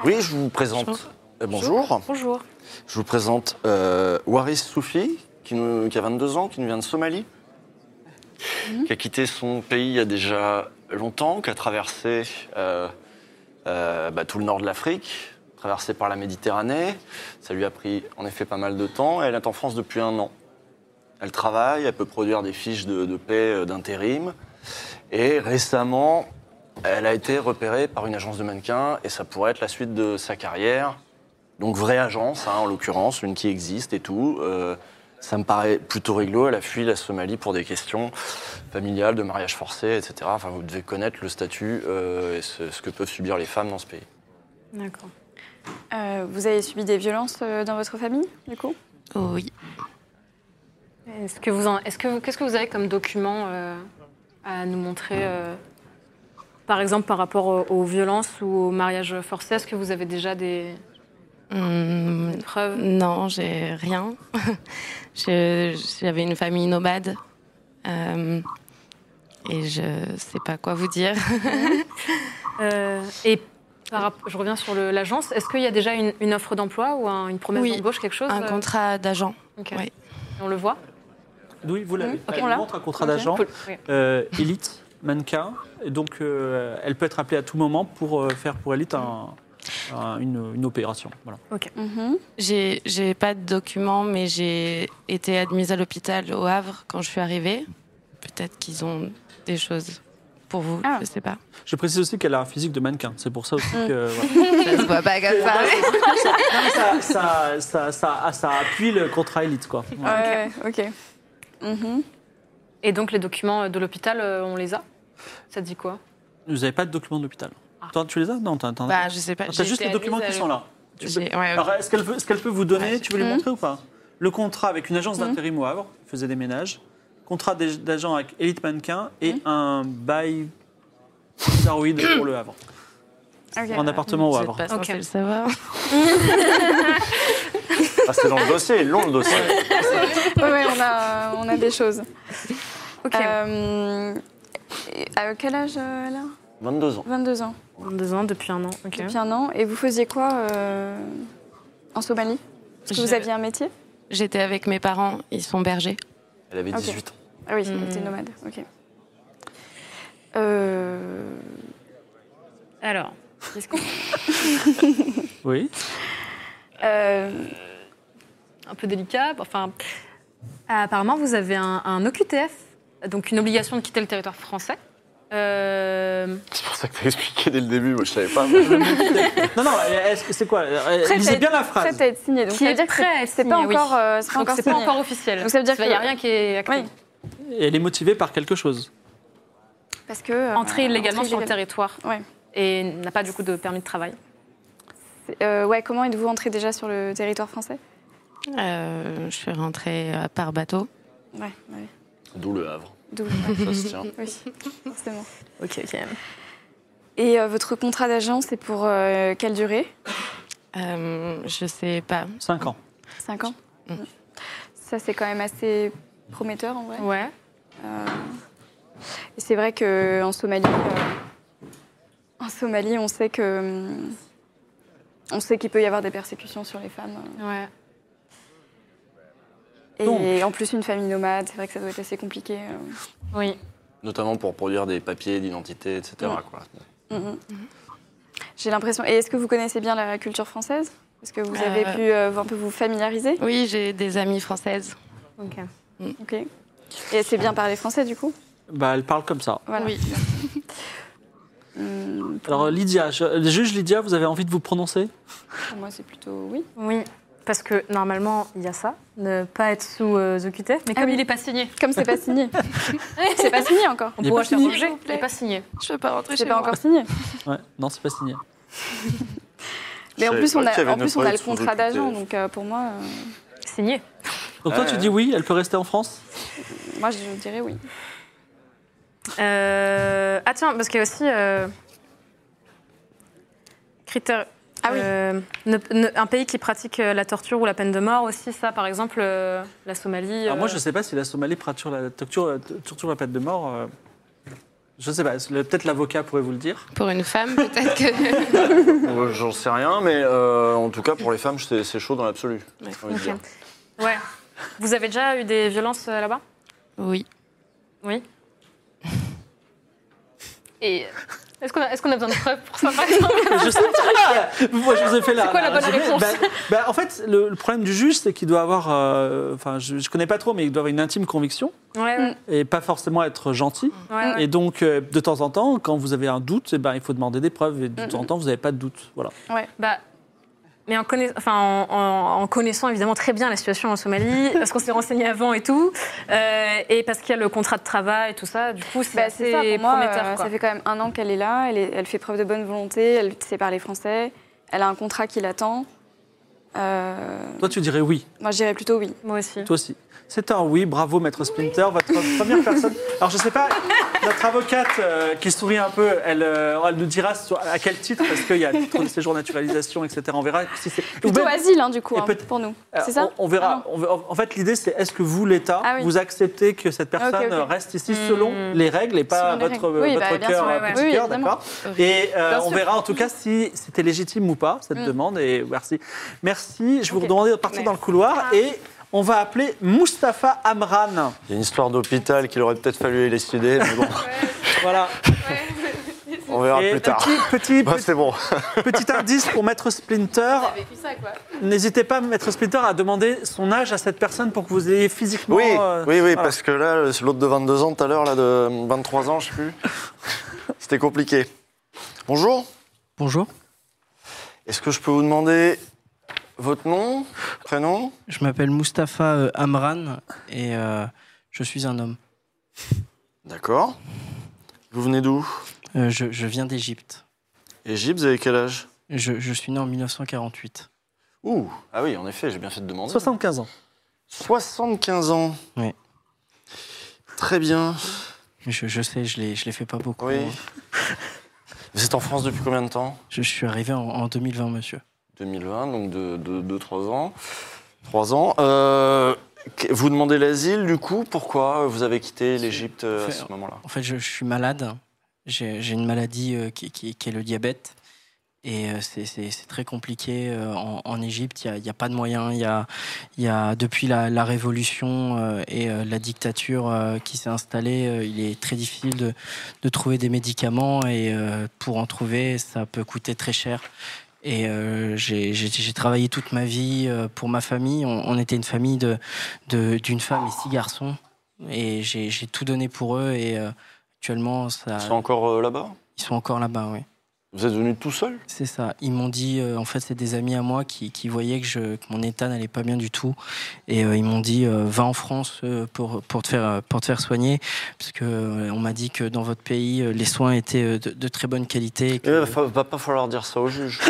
S2: Oui, je vous présente. Euh, bonjour.
S5: Bonjour.
S2: Je vous présente euh, Waris Soufi, qui, nous- qui a 22 ans, qui nous vient de Somalie, qui a quitté son pays il y a déjà longtemps, qui a traversé euh, euh, bah, tout le nord de l'Afrique, traversé par la Méditerranée. Ça lui a pris en effet pas mal de temps. Elle est en France depuis un an. Elle travaille, elle peut produire des fiches de, de paix euh, d'intérim. Et récemment, elle a été repérée par une agence de mannequins et ça pourrait être la suite de sa carrière. Donc vraie agence, hein, en l'occurrence, une qui existe et tout. Euh, ça me paraît plutôt réglo. Elle a fui la Somalie pour des questions familiales, de mariage forcé, etc. Enfin, vous devez connaître le statut euh, et ce, ce que peuvent subir les femmes dans ce pays.
S5: D'accord.
S4: Euh, vous avez subi des violences euh, dans votre famille, du coup
S7: Oui.
S5: Est-ce que vous en- est-ce que vous- qu'est-ce que vous avez comme document euh, à nous montrer, euh, par exemple par rapport au- aux violences ou au mariage forcé, est-ce que vous avez déjà des
S7: Hum,
S5: Une preuve
S7: Non, j'ai rien. Je- J'avais une famille nomade. euh, et je sais pas quoi vous dire.
S5: Euh, et par rap- je reviens sur le- l'agence. Est-ce qu'il y a déjà une, une offre d'emploi ou un- une promesse
S7: Oui.
S5: d'embauche, quelque chose
S7: Un
S5: euh,
S7: contrat d'agent.
S5: ok.
S7: oui.
S5: Et On le voit
S1: Oui, vous l'avez.
S4: Mm, Ok,
S1: Elle
S4: on l'a.
S1: montre un contrat
S4: Ok.
S1: d'agent,
S5: Cool. Oui.
S1: euh, élite, mannequin. Et donc, euh, elle peut être appelée à tout moment pour euh, faire pour élite un- un- une, une opération. Voilà.
S4: Mhm.
S7: J'ai j'ai pas de documents, mais j'ai été admise à l'hôpital au Havre quand je suis arrivée. Peut-être qu'ils ont des choses pour vous,
S4: Ah.
S7: je sais pas.
S1: Je précise aussi qu'elle a un physique de mannequin. C'est pour ça aussi
S4: Mm.
S1: que. voilà.
S7: Ça se voit pas comme ça.
S1: Non, mais ça, ça, ça, ça- ah, ça appuie le contrat élite, quoi. Ouais.
S4: Ouais, ok. Mhm.
S5: Et donc les documents de l'hôpital, euh, on les a Ça dit quoi
S1: Vous n'avez pas de documents d'hôpital.
S5: Ah.
S1: Toi, tu les as Non, t'as t'en as-
S7: Bah, je sais pas.
S1: Ah, t'as juste les documents qui sont là. Tu peux-
S6: Ah
S1: Alors, est-ce qu'elle peut, ce qu'elle peut vous donner
S7: Ouais.
S1: Tu veux les
S4: Mhm.
S1: montrer ou pas Le contrat avec une agence
S4: Mhm.
S1: d'intérim au Havre, qui faisait des ménages. Contrat d'ag- d'agent avec Elite Mannequin et un bail bizarroïde pour le Havre.
S4: Ok.
S1: En appartement au
S7: Vous
S1: Havre.
S7: êtes pas censé
S5: Ok.
S7: le savoir.
S2: Ah, c'est dans le dossier, long le dossier.
S4: Ouais, ouais, on a, on a des choses.
S5: Ok.
S4: Euh, et à quel âge euh, là
S2: 22 ans.
S4: 22 ans,
S5: Deux ans, depuis un an. ok.
S4: depuis un an. Et vous faisiez quoi euh, en Somalie Est-ce que vous
S7: Je-
S4: aviez un métier
S7: J'étais avec mes parents, ils sont bergers.
S2: Elle avait
S4: Ok.
S2: 18 ans.
S4: Ah oui,
S7: Hmm.
S4: c'était nomade, ok. Euh,
S5: Alors, est-ce qu'on-
S1: Oui.
S4: euh,
S5: un peu délicat. Enfin, apparemment, vous avez un, un OQTF, donc une obligation de quitter le territoire français. Euh,
S2: C'est pour ça que t'as expliqué dès le début, moi je savais pas.
S1: Non, non, est-ce que c'est quoi
S4: Prête à
S1: Lisez
S4: être-
S1: bien la
S4: prête
S1: phrase.
S4: à être signé. Donc
S5: Qui
S4: ça veut
S5: est
S4: dire que
S5: prêt à
S4: c'est-
S5: être
S4: c'est pas
S5: signé, oui.
S4: encore, euh, c'est pas
S5: donc
S4: encore
S5: c'est pas
S4: signé.
S5: encore officiel.
S4: Donc ça veut dire
S5: Il n'y a
S4: que-
S5: rien qui est acté.
S4: Oui,
S1: Et elle est motivée par quelque chose.
S4: parce que euh,
S5: Entrer illégalement
S4: entrer
S5: sur le
S4: illégal-
S5: territoire
S4: Ouais.
S5: et n'a pas du coup de permis de travail.
S4: C'est- euh, ouais, comment êtes-vous entré déjà sur le territoire français
S7: Euh, je suis rentrée euh, par bateau.
S4: Ouais, ouais.
S2: D'où le Havre.
S4: D'où
S2: Ça se tient.
S4: Oui, forcément.
S5: Ok, ok.
S4: Et euh, votre contrat d'agent, c'est pour euh, quelle durée
S7: Euh, je sais pas.
S1: 5 ans.
S4: 5 ans
S5: Hmm.
S7: Mm.
S4: Ça, c'est quand même assez prometteur en vrai.
S5: Ouais.
S4: Euh, et c'est vrai qu'en Somalie, euh, en Somalie, on sait que. hum, On sait qu'il peut y avoir des persécutions sur les femmes.
S5: ouais.
S4: Et
S1: Donc.
S4: en plus, une famille nomade, c'est vrai que ça doit être assez compliqué. euh.
S5: Oui.
S2: Notamment pour produire des papiers d'identité, etc. quoi.
S4: Mhm. J'ai l'impression. Et est-ce que vous connaissez bien la culture française Est-ce que vous avez
S7: Euh.
S4: pu euh, un peu vous familiariser
S7: Oui, j'ai des amies françaises.
S5: Ok.
S4: Ok. Et c'est bien parler français du coup
S1: Bah, elle parle comme ça.
S4: Voilà.
S7: Oui.
S4: Hum, pour
S1: Alors, Lydia, je- juge Lydia, vous avez envie de vous prononcer
S4: moi, c'est plutôt oui.
S5: Oui. Parce que normalement, il y a ça, ne pas être sous euh, OQTF, mais
S4: Ah
S5: comme
S4: oui.
S5: il n'est pas signé,
S4: Comme c'est pas signé. c'est pas signé encore.
S5: on
S1: Il est
S5: pourra
S1: pas
S5: faire
S1: signé.
S5: rejet. Il n'est pas signé.
S7: Je peux pas rentrer
S4: C'est
S7: chez
S4: pas
S7: moi.
S4: encore signé.
S1: Ouais, non, c'est pas signé.
S4: Mais en
S2: Je
S4: plus, on
S2: savais pas qu'il y
S4: a,
S2: avait
S4: en
S2: une
S4: plus, on a le
S2: preuve sous
S4: contrat
S2: OQTF.
S4: d'agent, donc euh, pour moi, euh,
S5: Signé.
S1: Donc, toi,
S2: Ouais,
S1: tu
S2: ouais.
S1: dis oui, elle peut rester en France
S4: moi je dirais oui.
S5: Bah, Euh, Ah tiens, parce qu'il y a aussi euh, critère.
S4: Ah oui.
S5: euh, ne- ne- un pays qui pratique euh, la torture ou la peine de mort aussi, ça par exemple, euh, la Somalie.
S1: Alors, Ah, moi,
S5: euh,
S1: je sais pas si la Somalie pratique la torture, torture la peine de mort. euh, Je sais pas, le- peut-être l'avocat pourrait vous le dire.
S7: Pour une femme, peut-être que.
S2: Euh, J'en sais rien, mais euh, en tout cas pour les femmes, c'est c'est chaud dans l'absolu.
S7: Ouais.
S2: j'ai envie de
S5: Ok.
S2: dire.
S5: Ouais. Vous avez déjà eu des violences euh, là-bas
S7: Oui.
S5: Oui. Et euh, est-ce qu'on a, est-ce qu'on a besoin de preuves pour ça par exemple
S1: je sais pas. Moi, je vous ai fait là.
S5: C'est quoi la
S1: là,
S5: bonne
S1: j'ai-
S5: réponse
S1: bah, bah, En fait, le, le problème du juge, c'est qu'il doit avoir. euh, Enfin, je, je connais pas trop, mais il doit avoir une intime conviction
S5: Ouais, ouais.
S1: et pas forcément être gentil.
S5: ouais, ouais.
S1: Et donc, euh, de temps en temps, quand vous avez un doute, eh ben, il faut demander des preuves. Et de temps en temps, vous n'avez pas de doute. Voilà.
S5: Bah, mais en, connaiss- enfin, en, en- en connaissant évidemment très bien la situation en Somalie, parce qu'on s'est renseigné avant et tout, euh, et parce qu'il y a le contrat de travail et tout ça, du coup, c'est
S4: Bah,
S5: assez
S4: c'est ça, pour moi,
S5: prometteur.
S4: euh,
S5: quoi.
S4: ça fait quand même un an qu'elle est là, elle, est- elle fait preuve de bonne volonté, elle sait parler français, elle a un contrat qui l'attend. Euh,
S1: Toi, tu dirais oui.
S4: moi, je dirais plutôt oui.
S5: Moi aussi.
S1: Toi aussi. C'est un oui, bravo Maître Splinter, votre première personne. Alors je sais pas, notre avocate euh, qui sourit un peu, elle, euh, elle nous dira sur- à quel titre, parce qu'il y a titre de séjour, naturalisation, etc. On verra si c'est. ou
S4: Plutôt
S1: même-
S4: asile, hein, du coup,
S1: Et
S4: hein,
S1: peut-
S4: pour nous.
S1: euh,
S4: C'est ça
S1: on, on verra. On ver- En fait, l'idée, c'est est-ce que vous, l'État,
S4: Ah oui.
S1: vous acceptez que cette personne
S4: Ah, ok, ok.
S1: euh, reste ici selon les règles et pas
S4: Selon les
S1: votre,
S4: règles. Oui,
S1: votre
S4: bah, bien
S1: cœur,
S4: sûr, ouais,
S1: euh,
S4: ouais.
S1: petit
S4: Oui,
S1: cœur,
S4: évidemment.
S1: d'accord Et euh,
S4: Bien
S1: on
S4: sûr. Hmm.
S1: verra en tout cas si c'était légitime ou pas, cette
S4: Mm.
S1: demande. Et merci. Merci. Je vous
S5: Ok.
S1: demandais de partir dans le couloir
S4: Ah.
S1: et on va appeler Mustapha Amran.
S2: Il y a une histoire d'hôpital qu'il aurait peut-être fallu élucider, mais bon,
S1: Voilà.
S2: on verra
S1: Et
S2: plus tard.
S1: Petit, petit,
S2: Bah, c'est bon.
S1: petit indice pour Maître Splinter. N'hésitez pas, Maître Splinter, à demander son âge à cette personne pour que vous ayez physiquement.
S2: Oui,
S1: euh,
S2: oui, oui,
S1: voilà.
S2: parce que là, le- l'autre de 22 ans tout à l'heure, là, de 23 ans, je sais plus, c'était compliqué. Bonjour,
S1: Bonjour,
S2: est-ce que je peux vous demander votre nom, prénom
S8: Je m'appelle Mustapha euh, Amran et euh, je suis un homme.
S2: D'accord. Vous venez d'où
S8: Euh, je, je viens d'Égypte.
S2: Égypte, vous avez quel âge
S8: Je, je suis né en 1948.
S2: Ouh, ah oui, en effet, j'ai bien fait de demander.
S1: 75 ans.
S2: 75 ans.
S8: Oui.
S2: Très bien.
S8: Je, je sais, je ne les fais pas beaucoup.
S2: Oui. Vous êtes en France depuis combien de temps
S8: Je, je suis arrivé en, en 2020, monsieur.
S2: 2020, donc de 2-3 ans. 3 ans. Euh, que- vous demandez l'asile, du coup, pourquoi vous avez quitté l'Égypte euh, à ce
S8: Faire-
S2: moment-là
S8: En fait, je, je suis malade. J'ai j'ai une maladie euh, qui, qui- qui est le diabète. Et euh, c'est- c'est c'est très compliqué euh, en, en Égypte. Il n'y a, il y a pas de moyens. Il y a, il y a- depuis la, la révolution euh, et euh, la dictature euh, qui s'est installée, euh, il est très difficile de, de trouver des médicaments. Et euh, pour en trouver, ça peut coûter très cher. Et euh, j'ai j'ai- j'ai travaillé toute ma vie euh, pour ma famille. On, on était une famille d'une de, d'une femme et six garçons. Et j'ai j'ai tout donné pour eux. Et euh, actuellement, ça,
S2: Ils sont encore euh, là-bas
S8: ils sont encore là-bas. Oui.
S2: Vous êtes venu tout seul
S8: C'est ça. Ils m'ont dit, euh, en fait, c'est des amis à moi qui, qui voyaient que, je, que mon état n'allait pas bien du tout. Et euh, ils m'ont dit, euh, va en France euh, pour, pour, te faire, euh, pour te faire soigner. Parce que euh, on m'a dit que dans votre pays, euh, les soins étaient euh, de, de très bonne qualité. et que-
S2: Il Euh, va, fa- va pas falloir dire ça au juge.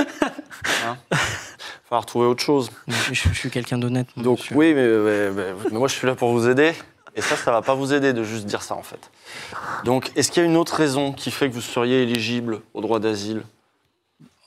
S2: Hein va retrouver autre chose.
S8: Mais je, je suis quelqu'un d'honnête. mon
S2: Donc
S8: monsieur.
S2: oui, mais, mais- mais- mais moi je suis là pour vous aider. Et ça, ça va pas vous aider de juste dire ça en fait. Donc, est-ce qu'il y a une autre raison qui fait que vous seriez éligible au droit d'asile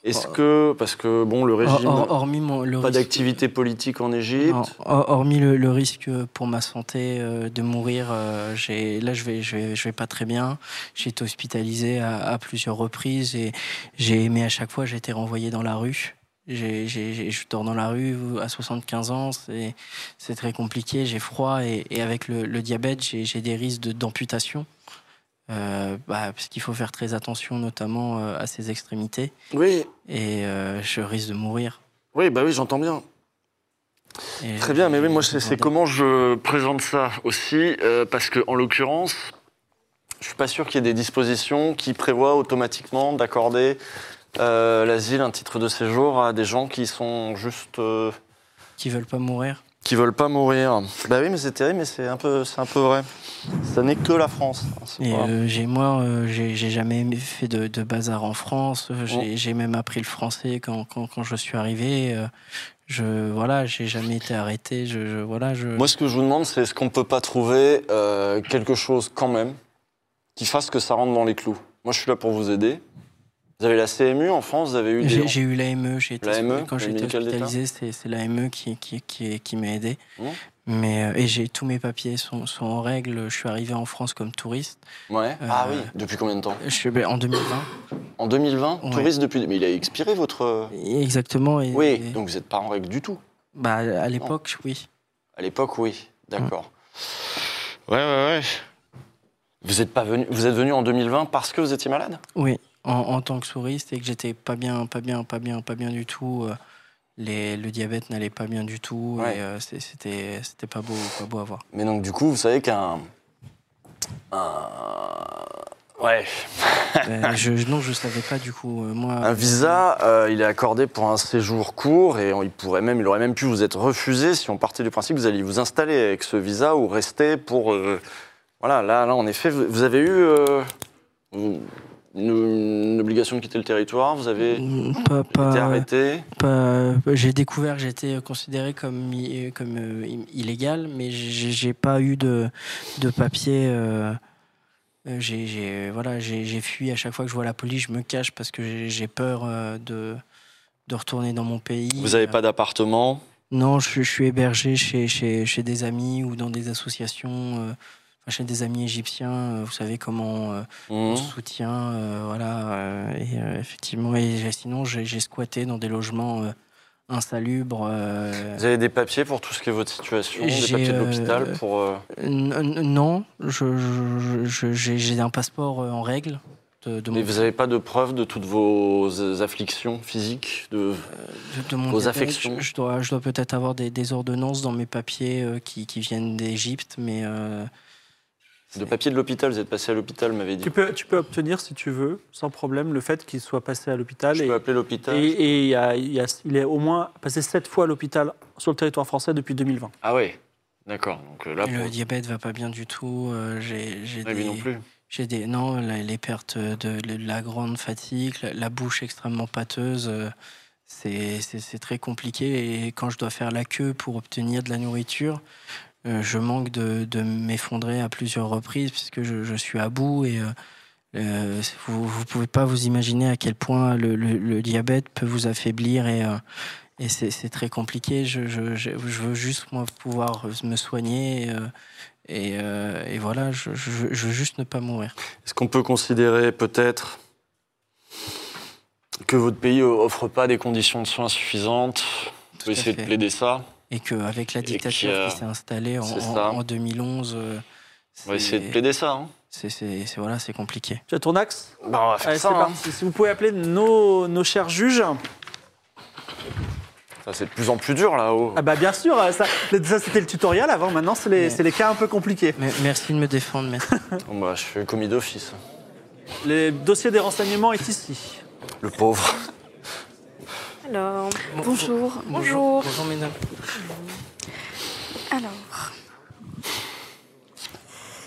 S2: Est-ce
S8: Oh.
S2: que, parce que bon, le
S8: Hor-
S2: régime,
S8: hor- hormis mon, Oh, le
S2: pas
S8: risque-
S2: d'activité politique en Égypte.
S8: Non, hor- hormis le, le risque euh, pour ma santé euh, de mourir, euh, j'ai- là je vais, je, vais, je vais pas très bien. J'ai été hospitalisé à, à plusieurs reprises et j'ai aimé à chaque fois, j'ai été renvoyé dans la rue. J'ai- j'ai- j'ai- je dors dans la rue à 75 ans, c'est c'est très compliqué, j'ai froid et, et avec le, le diabète, j'ai j'ai des risques de- d'amputation. Euh, bah, parce qu'il faut faire très attention notamment euh, à ses extrémités
S2: Oui,
S8: et euh, je risque de mourir.
S2: oui, bah oui, j'entends bien.
S8: Et
S2: Très bien, mais oui, moi,
S8: j'ai
S2: c'est c'est
S8: besoin
S2: comment je présente ça aussi, euh, parce que en l'occurrence, je suis pas sûr qu'il y ait des dispositions qui prévoient automatiquement d'accorder euh, l'asile, un titre de séjour à des gens qui sont juste euh,
S8: d'aide, qui veulent pas mourir.
S2: qui veulent pas mourir. Bah oui, mais c'est terrible, mais c'est un peu, c'est un peu vrai. Ça n'est que la France. hein, c'est
S8: Et
S2: pas-
S8: euh, j'ai moi, euh, j'ai j'ai jamais aimé- fait de, de bazar en France. Euh,
S2: Oh.
S8: J'ai j'ai même appris le français quand, quand, quand je suis arrivé. Euh, Je voilà, j'ai jamais été arrêté. Je, je- voilà, je.
S2: Moi, ce que je vous demande, c'est est-ce qu'on peut pas trouver euh, quelque chose quand même qui fasse que ça rentre dans les clous. Moi, je suis là pour vous aider. Vous avez la CMU en France, vous avez eu
S8: j'ai
S2: des...
S8: j'ai eu l'AME, j'ai été
S2: L'AME,
S8: quand
S2: le
S8: j'ai été
S2: médical d'État. Mmh.
S8: hospitalisé, c'est c'est l'AME qui, qui, qui, qui m'a aidé.
S2: Bon.
S8: Mais euh, et j'ai tous mes papiers sont, sont en règle. Je suis arrivé en France comme touriste.
S2: Ouais. Ah
S8: Euh,
S2: oui. Depuis combien de temps
S8: Je suis ben, en 2020
S2: En 2020.
S8: Ouais.
S2: Touriste depuis. Mais il a expiré votre. euh,
S8: exactement. Et,
S2: Oui.
S8: et-
S2: Donc vous n'êtes pas en règle du tout.
S8: bah à l'époque, oui.
S2: À l'époque, oui. D'accord. Ouais, ouais, ouais. Vous êtes pas venu. Vous êtes venu en 2020 parce que vous étiez malade.
S8: Oui, en, en tant que souriste et que j'étais pas bien, pas bien, pas bien, pas bien du tout. euh, les, le diabète n'allait pas bien du tout
S2: Ouais.
S8: et euh, c'est- c'était c'était pas beau, pas beau à voir.
S2: Mais donc du coup, vous savez qu'un. Un... Ouais.
S8: Euh, je, je- non, je savais pas du coup. euh, moi,
S2: Un visa, euh, il est accordé pour un séjour court et on- il, pourrait même, il aurait même pu vous être refusé si on partait du principe que vous alliez vous installer avec ce visa ou rester pour... euh, voilà, là, là, en effet, vous, vous avez eu... euh, vous- une, une obligation de quitter le territoire Vous avez
S8: mm, Pas- pas-
S2: été arrêté
S8: pas- j'ai découvert que j'étais considéré comme, i- comme euh, i- illégal, mais j'ai j'ai pas eu de, de papier. euh, euh, j'ai- j'ai voilà, j'ai j'ai fui à chaque fois que je vois la police, je me cache parce que j'ai- j'ai peur euh, de, de retourner dans mon pays.
S2: Vous n'avez pas d'appartement
S8: Non, je, suis- je suis hébergé chez, chez, chez des amis ou dans des associations, euh, enfin, chez des amis égyptiens. euh, vous savez comment euh, on
S2: Mhm.
S8: se soutient, euh, voilà. euh, et euh, effectivement, et j'ai- sinon j'ai j'ai squatté dans des logements euh, insalubres. euh,
S2: Vous avez des papiers pour tout ce qui est votre situation Des
S8: J'ai,
S2: papiers de
S8: euh,
S2: l'hôpital pour... euh,
S8: n- n- non, je- je- je- j'ai j'ai un passeport euh, en règle. De, de mon,
S2: Mais vous n'avez pas de preuve de toutes vos euh, afflictions physiques de...
S8: euh, de- de mon
S2: vos
S8: diabète.
S2: affections.
S8: Je, je dois, je dois peut-être avoir des, des ordonnances dans mes papiers euh, qui, qui viennent d'Égypte, mais euh,
S2: de papiers de l'hôpital Vous êtes passé à l'hôpital, m'avez dit.
S1: Tu peux, tu peux obtenir, si tu veux, sans problème, le fait qu'il soit passé à l'hôpital.
S2: Je
S1: Et,
S2: peux appeler l'hôpital
S1: et- et il, y a- il y a- il est au moins passé sept fois à l'hôpital sur le territoire français depuis 2020.
S2: Ah oui, d'accord. Donc euh, là, pour...
S8: le diabète va pas bien du tout. euh, j'ai j'ai
S2: Ah, lui
S8: des-
S2: non plus.
S8: J'ai des non la- les pertes de, de la grande fatigue, la, la bouche extrêmement pâteuse, euh, c'est c'est- c'est très compliqué. Et quand je dois faire la queue pour obtenir de la nourriture, euh, je manque de, de m'effondrer à plusieurs reprises puisque je, je suis à bout et euh, euh, vous vous pouvez pas vous imaginer à quel point le, le- le diabète peut vous affaiblir et euh, et c'est c'est très compliqué. Je, je, je, je veux juste moi pouvoir me soigner. et, euh, et, euh, et voilà, je- je- je veux juste ne pas mourir.
S2: Est-ce qu'on peut considérer peut-être que votre pays offre pas des conditions de soins suffisantes On peut
S8: à
S2: essayer de
S8: fait.
S2: plaider ça.
S8: Et qu'avec la
S2: Et
S8: dictature
S2: qu'il y a-
S8: qui s'est installée en,
S2: c'est
S8: en-
S2: ça.
S8: en 2011, euh,
S2: On va essayer de
S8: c'est
S2: plaider ça. hein.
S8: c'est- c'est- c'est- voilà, c'est compliqué.
S1: Tu as ton axe
S2: Bah, on va faire
S1: Allez, c'est
S2: ça. hein.
S1: parti. Si vous pouvez appeler nos, nos chers juges.
S2: Ça, c'est de plus en plus dur là-haut.
S1: Ah bah bien sûr, ça, ça, c'était le tutoriel avant, maintenant c'est les,
S8: Mais-
S1: c'est les cas un peu compliqués.
S8: Mais- merci de me défendre, maître.
S2: Bon, bah, je suis commis d'office.
S1: Le dossier des renseignements est ici.
S2: Le pauvre.
S8: Ah
S5: Alors,
S4: Bonjour.
S5: Bonjour.
S8: Bonjour, mesdames.
S4: Alors,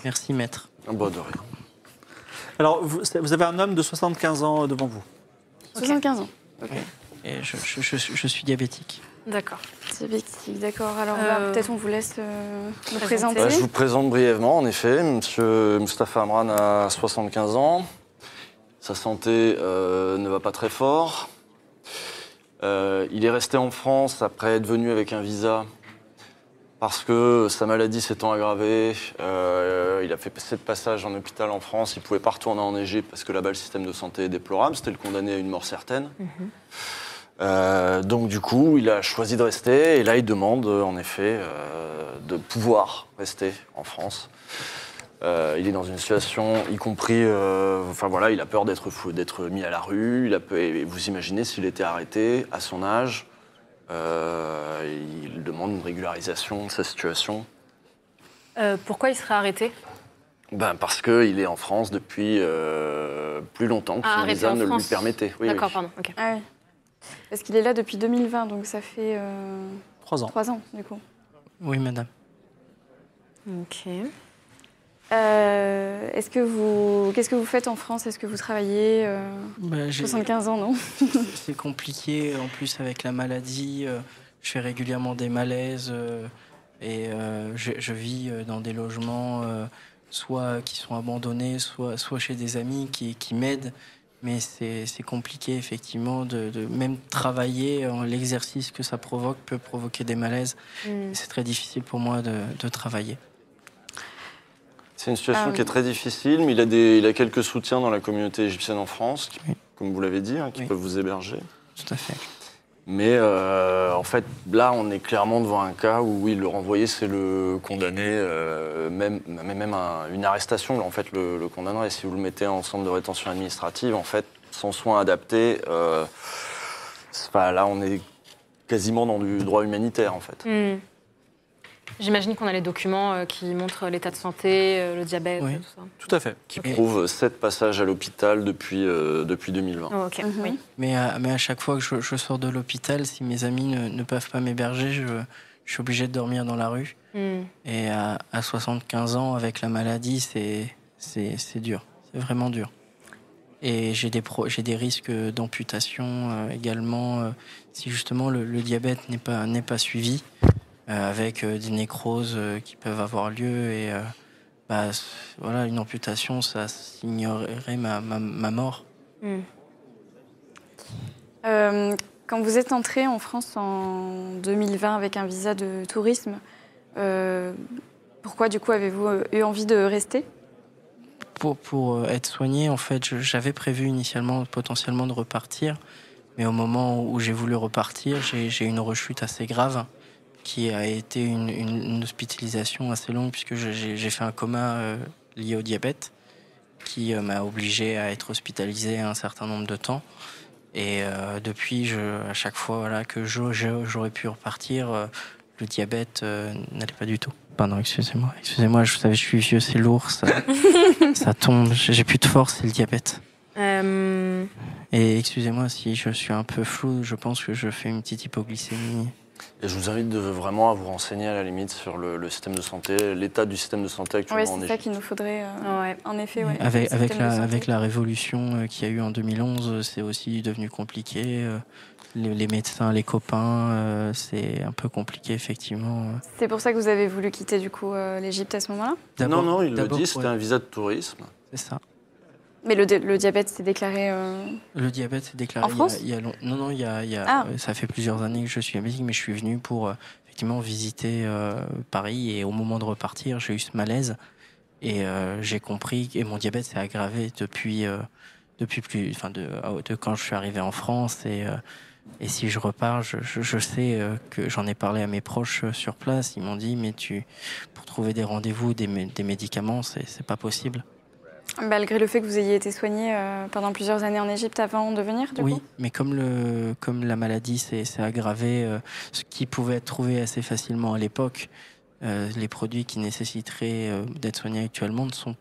S8: Merci, maître.
S2: Ah, bah, de rien.
S1: Alors vous, c'est- vous avez un homme de 75 ans devant vous.
S4: 75 ans.
S8: Et je, je- je- je suis diabétique.
S5: d'accord.
S4: Diabétique, d'accord. Alors là,
S5: Euh,
S4: peut-être on vous laisse euh, nous
S5: présenter.
S4: présenter.
S2: Bah, je vous présente brièvement, en effet. Monsieur Mustafa Amran a 75 ans. Sa santé euh, ne va pas très fort. Euh, il est resté en France après être venu avec un visa parce que sa maladie s'étant aggravée. euh, il a fait passer de passage en hôpital en France. Il ne pouvait pas retourner en Égypte parce que là-bas, le système de santé est déplorable. C'était le condamné à une mort certaine. Euh, donc du coup, il a choisi de rester et là, il demande euh, en effet euh, de pouvoir rester en France. Euh, il est dans une situation, y compris, euh, enfin voilà, il a peur d'être fou- d'être mis à la rue. Il a peur- et vous imaginez s'il était arrêté à son âge, euh, il demande une régularisation de sa situation.
S5: Euh, pourquoi il serait arrêté
S2: Ben parce que il est en France depuis euh, plus longtemps que
S5: Ah,
S2: son
S5: arrêté
S2: visa
S5: en
S2: ne lui
S5: France.
S2: permettait. Oui,
S5: D'accord,
S2: oui.
S5: pardon. ok.
S4: Ah oui. Parce qu'il est là depuis 2020, donc ça fait euh,
S1: 3 ans.
S4: 3 ans, du coup.
S8: Oui, madame.
S5: Ok.
S4: Euh, Est-ce que vous, qu'est-ce que vous faites en France Est-ce que vous travaillez euh,
S8: Bah, j'ai-
S4: 75 ans, non
S8: C'est compliqué, en plus avec la maladie, euh, je fais régulièrement des malaises euh, et euh, je, je vis euh, dans des logements euh, soit qui sont abandonnés, soit, soit chez des amis qui, qui m'aident. Mais c'est c'est compliqué, effectivement, de, de même travailler, euh, l'exercice que ça provoque peut provoquer des malaises.
S5: Hmm.
S8: Et C'est très difficile pour moi de, de travailler.
S2: C'est une situation
S4: Ah oui.
S2: qui est très difficile, mais il a, des, il a quelques soutiens dans la communauté égyptienne en France, qui-
S8: Oui.
S2: comme vous l'avez dit, hein, qui
S8: Oui.
S2: peuvent vous héberger.
S8: Tout à fait.
S2: Mais euh, en fait, là, on est clairement devant un cas où, oui, le renvoyer, c'est le condamné, euh, même, mais même un- une arrestation, en fait, le, le condamnerait. Si vous le mettez en centre de rétention administrative, en fait, sans soins adaptés, euh, c'est pas- là, on est quasiment dans du droit humanitaire, en fait.
S5: Hmm. J'imagine qu'on a les documents euh, qui montrent l'état de santé, euh, le diabète,
S8: Oui.
S5: tout ça.
S1: Tout à fait.
S2: Qui prouve sept passages à l'hôpital depuis, euh, depuis 2020.
S5: Oh, ok.
S4: Mhm.
S5: Oui.
S8: Mais à, mais à chaque fois que je, je sors de l'hôpital, si mes amis ne, ne peuvent pas m'héberger, je, je suis obligé de dormir dans la rue.
S5: Hmm.
S8: Et à, à 75 ans, avec la maladie, c'est, c'est, c'est dur. C'est vraiment dur. Et j'ai des, pro- j'ai des risques euh, d'amputation euh, également euh, si justement le, le diabète n'est pas, n'est pas suivi, euh, avec euh, des nécroses euh, qui peuvent avoir lieu. Et euh, bah, c- voilà, une amputation, ça signerait ma, ma, ma mort.
S4: Euh, quand vous êtes entré en France en 2020 avec un visa de tourisme, euh, pourquoi du coup avez-vous euh, eu envie de rester
S8: pour, pour euh, être soigné, en fait, je- j'avais prévu initialement potentiellement de repartir, mais au moment où j'ai voulu repartir, j'ai j'ai eu une rechute assez grave qui a été une, une- une hospitalisation assez longue puisque je- j'ai j'ai fait un coma euh, lié au diabète qui euh, m'a obligé à être hospitalisé un certain nombre de temps. Et euh, depuis, je, à chaque fois voilà, que je- je- j'aurais pu repartir, euh, le diabète euh, n'allait pas du tout. Pardon, excusez-moi, excusez-moi, je vous savez, je suis vieux, c'est lourd, ça, ça tombe, j'ai j'ai plus de force, c'est le diabète.
S5: Euh,
S8: Et excusez-moi si je suis un peu flou, je pense que je fais une petite hypoglycémie.
S2: Et je vous invite de, vraiment à vous renseigner à la limite sur le, le système de santé, l'état du système de santé actuellement
S4: Oui,
S2: en
S4: c'est ça
S2: Égypte.
S4: qu'il nous faudrait. euh,
S5: ouais.
S4: En effet, ouais.
S8: avec,
S4: Le
S8: avec,
S4: système de
S8: la,
S4: santé.
S8: avec la révolution euh, qu'il y a eu en 2011, euh, c'est aussi devenu compliqué. euh, Les, les médecins, les copains, euh, c'est un peu compliqué, effectivement. Euh,
S4: C'est pour ça que vous avez voulu quitter du coup euh, l'Égypte à ce moment-là
S2: Non, non, il le
S8: d'abord,
S2: dit, c'était
S8: ouais,
S2: un visa de tourisme.
S8: c'est ça.
S4: Mais le, di- le diabète s'est déclaré. euh,
S8: Le diabète c'est déclaré
S4: En
S8: il y a-
S4: France
S8: il y a, long- Non, non, il y a, il y a-
S4: Ah.
S8: euh, ça fait plusieurs années que je suis à Belgique, mais je suis venu pour euh, effectivement visiter euh, Paris et au moment de repartir, j'ai eu ce malaise et euh, j'ai compris que- et mon diabète s'est aggravé depuis euh, depuis plus, enfin de, ah de quand je suis arrivé en France et euh, et si je repars, je, je- je sais euh, que j'en ai parlé à mes proches euh, sur place. Ils m'ont dit mais tu pour trouver des rendez-vous, des, mé- des médicaments, c'est c'est pas possible.
S4: Malgré le fait que vous ayez été soigné euh, pendant plusieurs années en Égypte avant de venir, du
S8: oui,
S4: coup
S8: mais comme, le, comme la maladie s'est s'est aggravée, euh, ce qui pouvait être trouvé assez facilement à l'époque, euh, les produits qui nécessiteraient euh, d'être soignés actuellement ne sont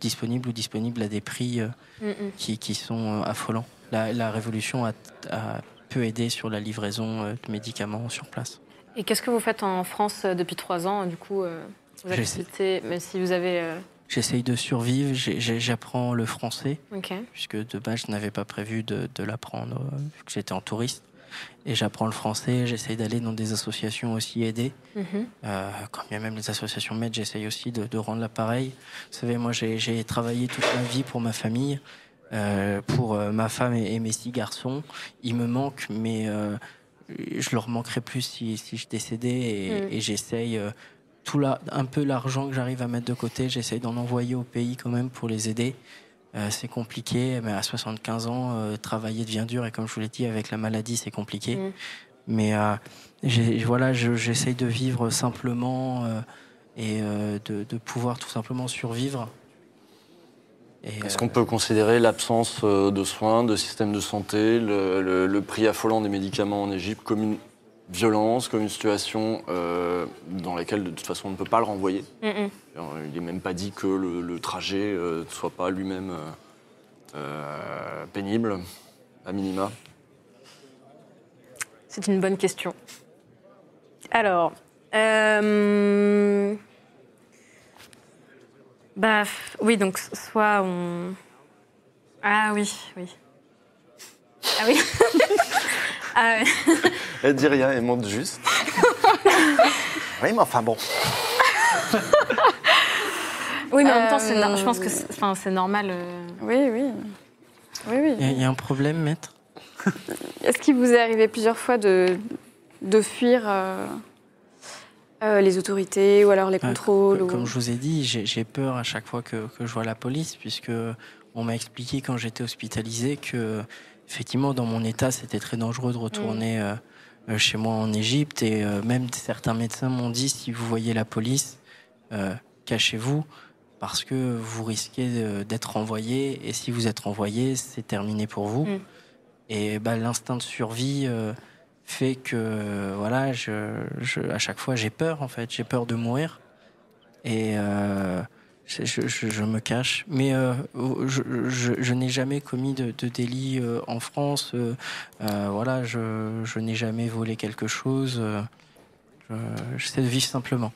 S8: disponibles ou disponibles à des prix euh,
S5: Mm, mm.
S8: qui, qui sont euh, affolants. La, la révolution a, a peu aidé sur la livraison euh, de médicaments sur place.
S5: Et qu'est-ce que vous faites en France euh, depuis trois ans, du coup euh, vos
S8: J'essaie.
S5: activités, même si vous avez. euh,
S8: J'essaye de survivre, j'ai- j'ai- j'apprends le français.
S5: Ok.
S8: puisque de base je n'avais pas prévu de, de l'apprendre euh, vu que j'étais en touriste. Et j'apprends le français, j'essaye d'aller dans des associations aussi aider.
S5: Mhm.
S8: Euh, quand bien même les associations m'aident, j'essaye aussi de, de rendre l'appareil. Vous savez, moi j'ai j'ai travaillé toute ma vie pour ma famille, euh, pour euh, ma femme et, et mes six garçons. Ils me manquent, mais euh, je leur manquerais plus si, si je décédais. Et,
S5: Mm.
S8: et j'essaye euh, tout la, un peu l'argent que j'arrive à mettre de côté, j'essaye d'en envoyer au pays quand même pour les aider. Euh, c'est compliqué, mais à 75 ans, euh, travailler devient dur et comme je vous l'ai dit, avec la maladie, c'est compliqué.
S5: Mm.
S8: Mais euh, j'ai- voilà, je- j'essaye de vivre simplement euh, et euh, de, de pouvoir tout simplement survivre. Et,
S2: Est-ce
S8: euh,
S2: qu'on peut considérer l'absence euh, de soins, de système de santé, le, le- le prix affolant des médicaments en Égypte comme une violence, comme une situation euh, dans laquelle de toute façon on ne peut pas le renvoyer
S5: Mm, mm.
S2: Alors, Il n'est même pas dit que le, le trajet euh, ne soit pas lui-même euh, euh, pénible, à minima.
S5: C'est une bonne question. Alors. euh, Bah, f- oui, donc soit on. Ah oui, oui. Ah oui. ah oui.
S2: Elle dit rien, elle monte juste. oui, mais enfin bon.
S5: Oui, mais en même temps,
S4: Euh,
S5: c'est no- je pense que c'est enfin, c'est normal. euh.
S4: Oui, oui. Oui, oui.
S8: Il y, a- il y a un problème, maître
S4: Est-ce qu'il vous est arrivé plusieurs fois de, de fuir euh, euh, les autorités ou alors les
S8: Ouais,
S4: contrôles
S8: Comme-
S4: ou-
S8: Comme je vous ai dit, j'ai j'ai peur à chaque fois que, que je vois la police, puisque on m'a expliqué quand j'étais hospitalisé que, effectivement, dans mon état, c'était très dangereux de retourner euh, euh, chez moi en Égypte. Et euh, même certains médecins m'ont dit si vous voyez la police, euh, cachez-vous, parce que vous risquez euh, d'être renvoyé. Et si vous êtes renvoyé, c'est terminé pour vous.
S5: Mm.
S8: Et bah, l'instinct de survie. euh, fait que euh, voilà je, je- à chaque fois j'ai peur en fait j'ai peur de mourir et euh, je, je- je- je me cache. Mais euh, je, je- je n'ai jamais commis de, de délit euh, en France. euh, euh, voilà, je, je n'ai jamais volé quelque chose. euh, je- J'essaie de vivre simplement.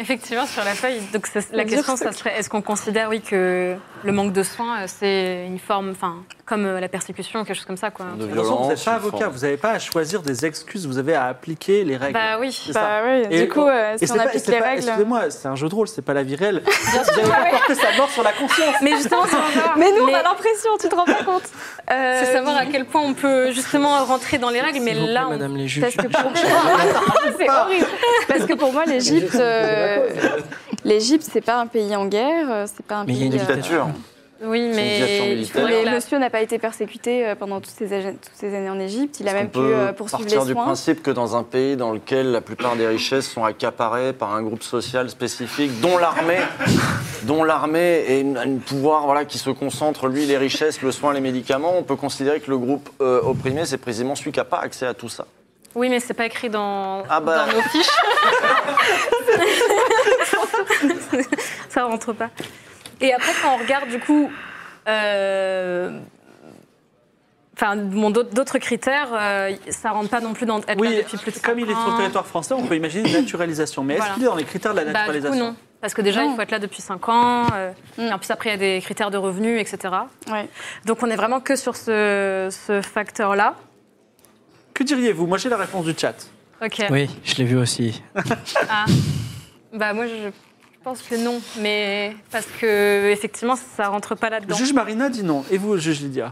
S5: Effectivement, sur la feuille. Donc ça- la
S4: Le
S5: question,
S4: dur
S5: ça serait est-ce qu'on considère, oui, que le manque de soins, euh, c'est une forme, enfin, comme euh, la persécution, quelque chose comme ça, quoi.
S2: De
S1: De toute façon, vous n'êtes
S2: violence,
S1: pas
S2: une forme-
S1: avocat, vous n'avez pas à choisir des excuses, vous avez à appliquer les règles.
S5: Bah oui.
S1: C'est ça.
S4: Bah oui,
S1: Et-
S4: du coup, euh,
S1: Et
S4: si on
S1: c'est pas-
S4: applique
S1: c'est
S4: les
S1: pas-
S4: règles.
S1: Excusez-moi, c'est un jeu de rôle, c'est pas la vie réelle. Vous
S5: Ah
S1: avez pas porté sa mort sur la conscience.
S5: Mais justement, c'est ça.
S4: Mais nous, on
S5: Mais-
S4: a l'impression, tu te rends pas compte Euh,
S5: c'est savoir à quel point on peut justement rentrer dans les règles, mais
S8: S'il vous plaît,
S5: là, on-
S8: Madame les juges.
S4: Parce que pour moi, c'est horrible. Parce que pour moi, l'Égypte, euh, l'Égypte, c'est pas un pays en guerre, euh, c'est pas un
S8: Mais il y a
S4: pays.
S8: une
S4: euh,
S2: Dictature.
S5: oui,
S2: gestion
S5: mais il
S2: militaire.
S5: faudrait
S4: Mais
S5: que la-
S4: monsieur n'a pas été persécuté euh, pendant toutes ces, ag- toutes ces années en Égypte. Il a
S2: Est-ce
S4: même
S2: qu'on
S4: pu
S2: peut
S4: euh, poursuivre
S2: partir
S4: les
S2: du
S4: soins.
S2: principe que dans un pays dans lequel la plupart des richesses sont accaparées par un groupe social spécifique, dont l'armée, dont l'armée et une- un pouvoir voilà qui se concentre lui les richesses, le soin, les médicaments, on peut considérer que le groupe euh, opprimé c'est précisément celui qui n'a pas accès à tout ça.
S5: Oui, mais c'est pas écrit dans,
S2: Ah bah.
S5: dans nos fiches. ça rentre pas. Et après, quand on regarde du coup, euh, enfin, bon, d'autres d'autres critères, euh, ça rentre pas non plus dans être là
S1: Oui,
S5: depuis plus de
S1: comme
S5: cinq
S1: il est sur
S5: ans.
S1: le territoire français, on peut imaginer une naturalisation. Mais est-ce
S5: Voilà.
S1: qu'il est dans les critères de la
S5: Bah, du coup,
S1: naturalisation
S5: non. Parce que déjà, il faut être là depuis 5 ans. euh,
S4: Mm.
S5: et en plus, après, il y a des critères de revenus, etc.
S4: Ouais.
S5: Donc, on est vraiment que sur ce, ce facteur-là.
S1: Que diriez-vous Moi, j'ai la réponse du chat.
S5: Ok.
S8: Oui, je l'ai vu aussi.
S5: Ah. Bah moi je pense que non, mais parce que effectivement ça rentre pas
S1: Le
S5: là-dedans.
S1: juge Marina dit non. Et vous, juge Lydia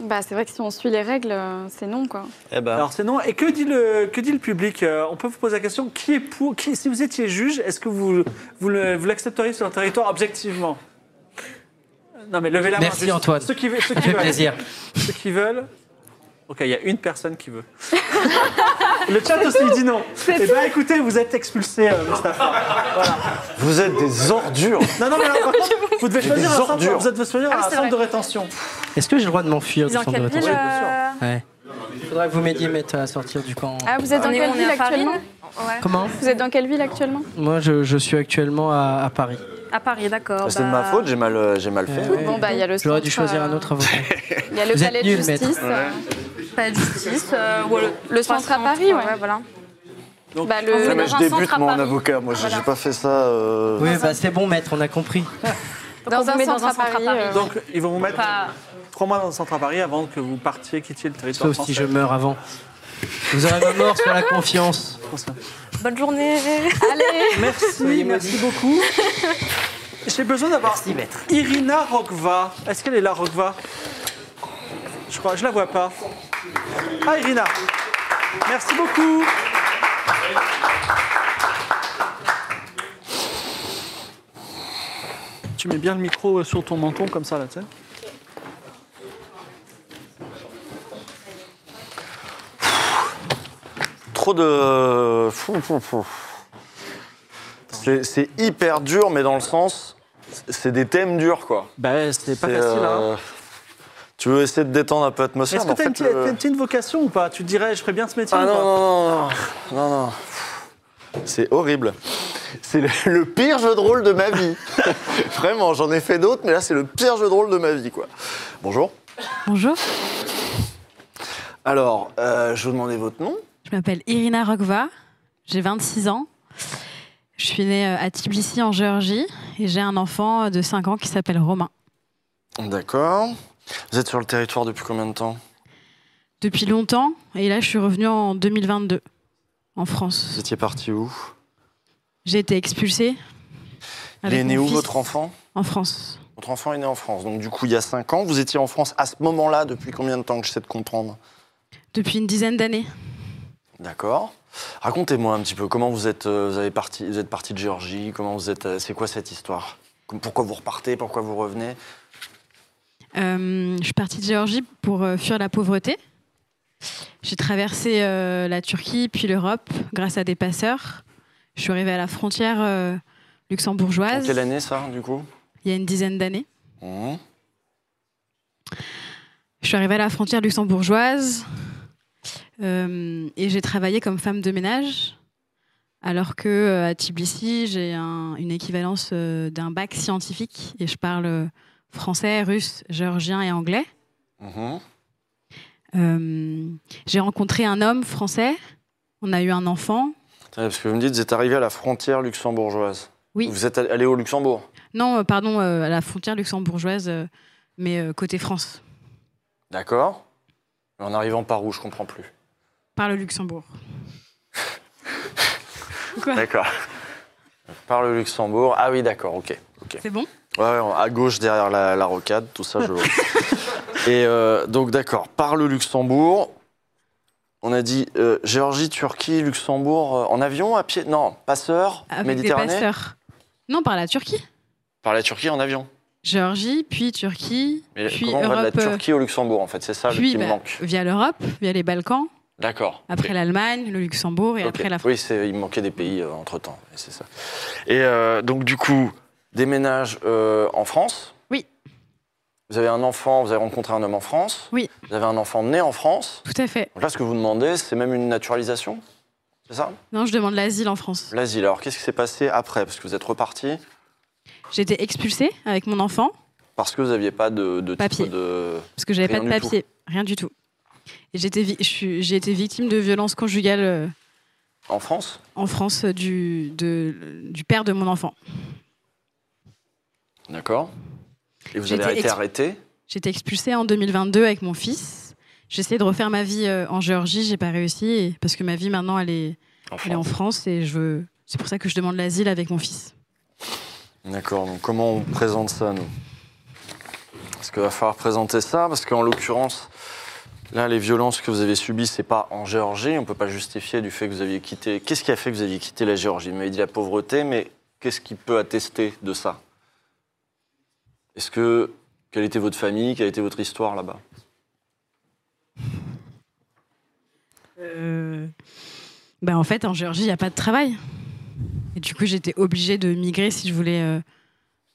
S4: Bah, c'est vrai que si on suit les règles, euh, c'est non, quoi.
S2: Eh ben,
S1: Alors, c'est non. Et que dit le, que dit le public Euh, On peut vous poser la question qui est pour qui, Si vous étiez juge, est-ce que vous, vous le- vous l'accepteriez sur le territoire objectivement Non, mais levez la main.
S8: Merci,
S1: juste.
S8: Antoine.
S1: Ceux qui, veulent- ceux
S8: Ça
S1: qui
S8: fait
S1: veulent.
S8: plaisir.
S1: Ceux qui veulent. Ok, il y a une personne qui veut. le chat aussi dit non. Eh bien, écoutez, vous êtes expulsé, euh, Mustapha.
S2: vous êtes des ordures.
S1: Non, non, mais alors, par contre, vous devez
S2: des
S1: choisir un centre,
S2: ordures.
S1: vous devez choisir
S5: Ah,
S1: un
S5: c'est
S1: centre
S5: vrai.
S1: de rétention.
S8: Est-ce que j'ai le droit de m'enfuir du
S5: Dans
S8: centre de
S5: quelle ville
S8: rétention
S5: euh,
S8: Ouais. Faudrait que vous m'aidiez mettre à sortir du camp.
S4: Ah, vous êtes dans
S5: on est,
S4: quelle
S5: on est
S4: ville
S5: à Paris
S4: actuellement
S5: non Ouais.
S8: Comment
S4: Vous êtes dans quelle ville actuellement
S8: Moi, je, je suis actuellement à, à Paris.
S5: À Paris, d'accord.
S2: C'est de ma
S5: bah,
S2: faute, j'ai mal, euh, j'ai mal fait.
S8: Euh,
S4: Bon, bah, il y a le
S8: J'aurais dû
S4: centre,
S8: choisir
S4: euh,
S8: un autre avocat.
S4: Il y a le
S8: Vous êtes
S4: palais de
S8: nuls, maître.
S4: justice. euh,
S5: Pas de justice. euh, ou le,
S4: Le
S5: trois
S4: centre à Paris, ouais.
S5: voilà.
S4: Bah,
S5: on est
S4: le...
S5: dans un centre à Paris.
S2: Moi, j'ai
S5: Voilà.
S2: j'ai pas fait ça. euh,
S8: Oui, bah c'est bon, maître, on a compris.
S5: Donc,
S4: Dans
S5: on vous
S4: un
S5: met
S4: centre à Paris, euh,
S1: Donc, ils vont vous mettre
S5: Pas-
S1: trois mois dans le centre à Paris avant que vous partiez quitter le territoire
S8: Sauf
S1: français.
S8: si je meurs avant. Vous aurez ma mort sur la confiance.
S5: Bonne journée.
S4: euh. Allez
S1: Merci, merci beaucoup. J'ai besoin d'avoir Irina Rokva. Est-ce qu'elle est là, Rokva Je crois, je la vois pas. Ah, Irina. Merci beaucoup. Tu mets bien le micro euh, sur ton menton comme ça, là, tu sais.
S2: Trop de. Fou, fou, fou. C'est c'est hyper dur, mais dans le sens, c'est des thèmes durs, quoi.
S1: Ben, c'est pas
S2: C'est,
S1: facile, hein.
S2: euh, Tu veux essayer de détendre un peu l'atmosphère
S1: Est-ce que
S2: mais en
S1: t'as une,
S2: fait,
S1: petite-
S2: le-
S1: t'as une petite vocation ou pas Tu te dirais, je ferais bien ce métier
S2: Ah
S1: ou
S2: non,
S1: pas
S2: non, non, non, non, non. C'est horrible. C'est le, le pire jeu de rôle de ma vie. Vraiment, j'en ai fait d'autres, mais là, c'est le pire jeu de rôle de ma vie, quoi. Bonjour.
S6: Bonjour,
S2: Alors, euh, je vais vous demander votre nom.
S6: je m'appelle Irina Rokva, j'ai 26 ans. Je suis née euh, à Tbilissi en Géorgie et j'ai un enfant euh, de 5 ans qui s'appelle Romain.
S2: D'accord. Vous êtes sur le territoire depuis combien de temps
S6: Depuis longtemps et là je suis revenue en 2022 en
S2: Vous
S6: France.
S2: étiez parti où
S6: J'ai été expulsée.
S2: Il
S6: avec
S2: est né
S6: mon
S2: où
S6: fils
S2: votre enfant
S6: En France.
S2: Votre enfant est né en France. Donc, du coup, il y a 5 ans, vous étiez en France à ce moment-là depuis combien de temps que j'essaie de comprendre
S6: Depuis une dizaine d'années.
S2: D'accord. Racontez-moi un petit peu comment vous êtes, euh, vous avez parti, vous êtes parti de Géorgie, comment vous êtes, euh, c'est quoi cette histoire Com- Pourquoi vous repartez, pourquoi vous revenez
S6: Euh, je suis partie de Géorgie pour euh, fuir la pauvreté. J'ai traversé euh, la Turquie puis l'Europe grâce à des passeurs. Je suis arrivée à la frontière euh,
S2: En
S6: luxembourgeoise
S2: quelle année ça, du coup
S6: il y a une dizaine d'années.
S2: Mmh.
S6: Je suis arrivée à la frontière luxembourgeoise euh, et j'ai travaillé comme femme de ménage. Alors que euh, à Tbilissi, j'ai un- une équivalence euh, d'un bac scientifique et je parle euh, français, russe, géorgien et anglais.
S2: Mmh.
S6: Euh, j'ai rencontré un homme français. On a eu un enfant.
S2: Parce que vous me dites, vous êtes arrivé à la frontière luxembourgeoise.
S6: Oui.
S2: Vous êtes allé au Luxembourg.
S6: Non, euh, pardon, euh, à la frontière luxembourgeoise, euh, mais euh, côté France,
S2: D'accord. Mais en arrivant par où, je comprends plus.
S6: par le Luxembourg.
S2: D'accord. Par le Luxembourg. Ah oui, d'accord, ok.
S6: C'est bon
S2: Ouais, ouais, à gauche derrière la, la rocade, tout ça, je vois. Et euh, donc, d'accord, par le Luxembourg, on a dit euh, Géorgie, Turquie, Luxembourg, euh, en avion, à pied Non, passeur,
S6: Avec Ah, des
S2: Méditerranée
S6: passeurs. Non, par la Turquie.
S2: Par la Turquie en avion.
S6: Géorgie, puis Turquie,
S2: Mais
S6: puis
S2: comment on va de la
S6: Europe, euh,
S2: Turquie au Luxembourg, en fait C'est ça le-
S6: puis
S2: qui me
S6: bah,
S2: manque.
S6: via l'Europe, via les Balkans,
S2: D'accord.
S6: après l'Allemagne, le Luxembourg et
S2: Ok.
S6: après la France.
S2: Oui, c'est- il me manquait des pays euh, entre-temps, et c'est ça. Et euh, donc, du coup, déménage euh, en France
S6: Oui.
S2: Vous avez un enfant, vous avez rencontré un homme en France
S6: Oui.
S2: Vous avez un enfant né en France
S6: Tout à fait.
S2: Donc là, ce que vous demandez, c'est même une naturalisation C'est ça
S6: Non, je demande l'asile en France.
S2: L'asile. Alors, qu'est-ce qui s'est passé après Parce que vous êtes reparti
S6: J'ai été expulsée avec mon enfant
S2: parce que vous n'aviez pas de, de
S6: Papier.
S2: titre de.
S6: parce que j'avais pas
S2: Rien
S6: de
S2: du tout.
S6: papier, rien du tout. Et j'étais vi- je suis- J'ai été victime de violences conjugales euh,
S2: En France
S6: en France euh, du, de- du père de mon enfant.
S2: D'accord. Et vous
S6: J'ai
S2: avez
S6: été
S2: été
S6: ex-
S2: arrêté
S6: J'ai été expulsée en 2022 avec mon fils. J'ai essayé de refaire ma vie euh, en Géorgie, j'ai pas réussi et- parce que ma vie maintenant elle est,
S2: en
S6: elle est en
S2: France.
S6: France et je veux. C'est pour ça que je demande l'asile avec mon fils.
S2: D'accord. Donc, comment on présente ça, nous Parce qu'il va falloir présenter ça, parce qu'en l'occurrence, là, les violences que vous avez subies, c'est pas en Géorgie. On ne peut pas justifier du fait que vous aviez quitté. Qu'est-ce qui a fait que vous aviez quitté la Géorgie Vous m'avez dit la pauvreté, mais qu'est-ce qui peut attester de ça Est-ce que. Quelle était votre famille Quelle était votre histoire là-bas
S6: Euh, bah, en fait, en Géorgie, il n'y a pas de travail. Et du coup, j'étais obligée de migrer si je voulais euh,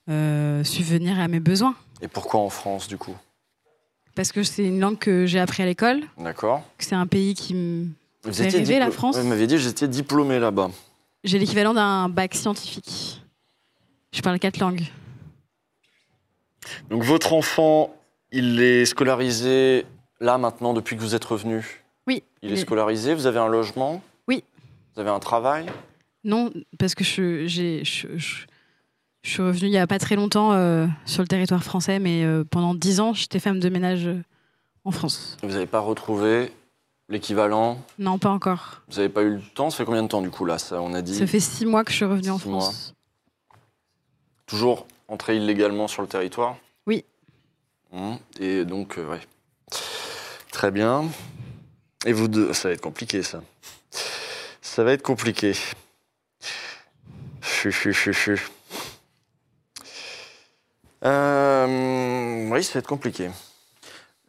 S6: euh, subvenir à mes besoins.
S2: Et pourquoi en France, du coup
S6: Parce que c'est une langue que j'ai appris à l'école,
S2: D'accord.
S6: que c'est un pays qui me...
S2: Vous
S6: fait rêver, la
S2: diplo-
S6: France.
S2: Ouais, Vous m'avez dit j'étais diplômé là-bas.
S6: J'ai l'équivalent d'un bac scientifique. Je parle quatre langues.
S2: Donc votre enfant, il est scolarisé là maintenant depuis que vous êtes revenu.
S6: Oui.
S2: Il est
S6: mais-
S2: scolarisé, vous avez un logement
S6: Oui.
S2: Vous avez un travail
S6: Non, parce que je, j'ai- je, je- je suis revenue il n'y a pas très longtemps euh, sur le territoire français, mais euh, pendant dix ans, j'étais femme de ménage euh, en France.
S2: Vous n'avez pas retrouvé l'équivalent
S6: Non, pas encore.
S2: Vous n'avez pas eu le temps Ça fait combien de temps du coup là ça, On a dit
S6: Ça fait six mois que je suis revenue en
S2: Six mois.
S6: France.
S2: toujours entré illégalement sur le territoire
S6: Oui.
S2: Hum, Et donc, euh, ouais. Très bien. Et vous deux, ça va être compliqué, ça. Ça va être compliqué. Chu, chu, chu, chu. Euh, oui, ça va être compliqué.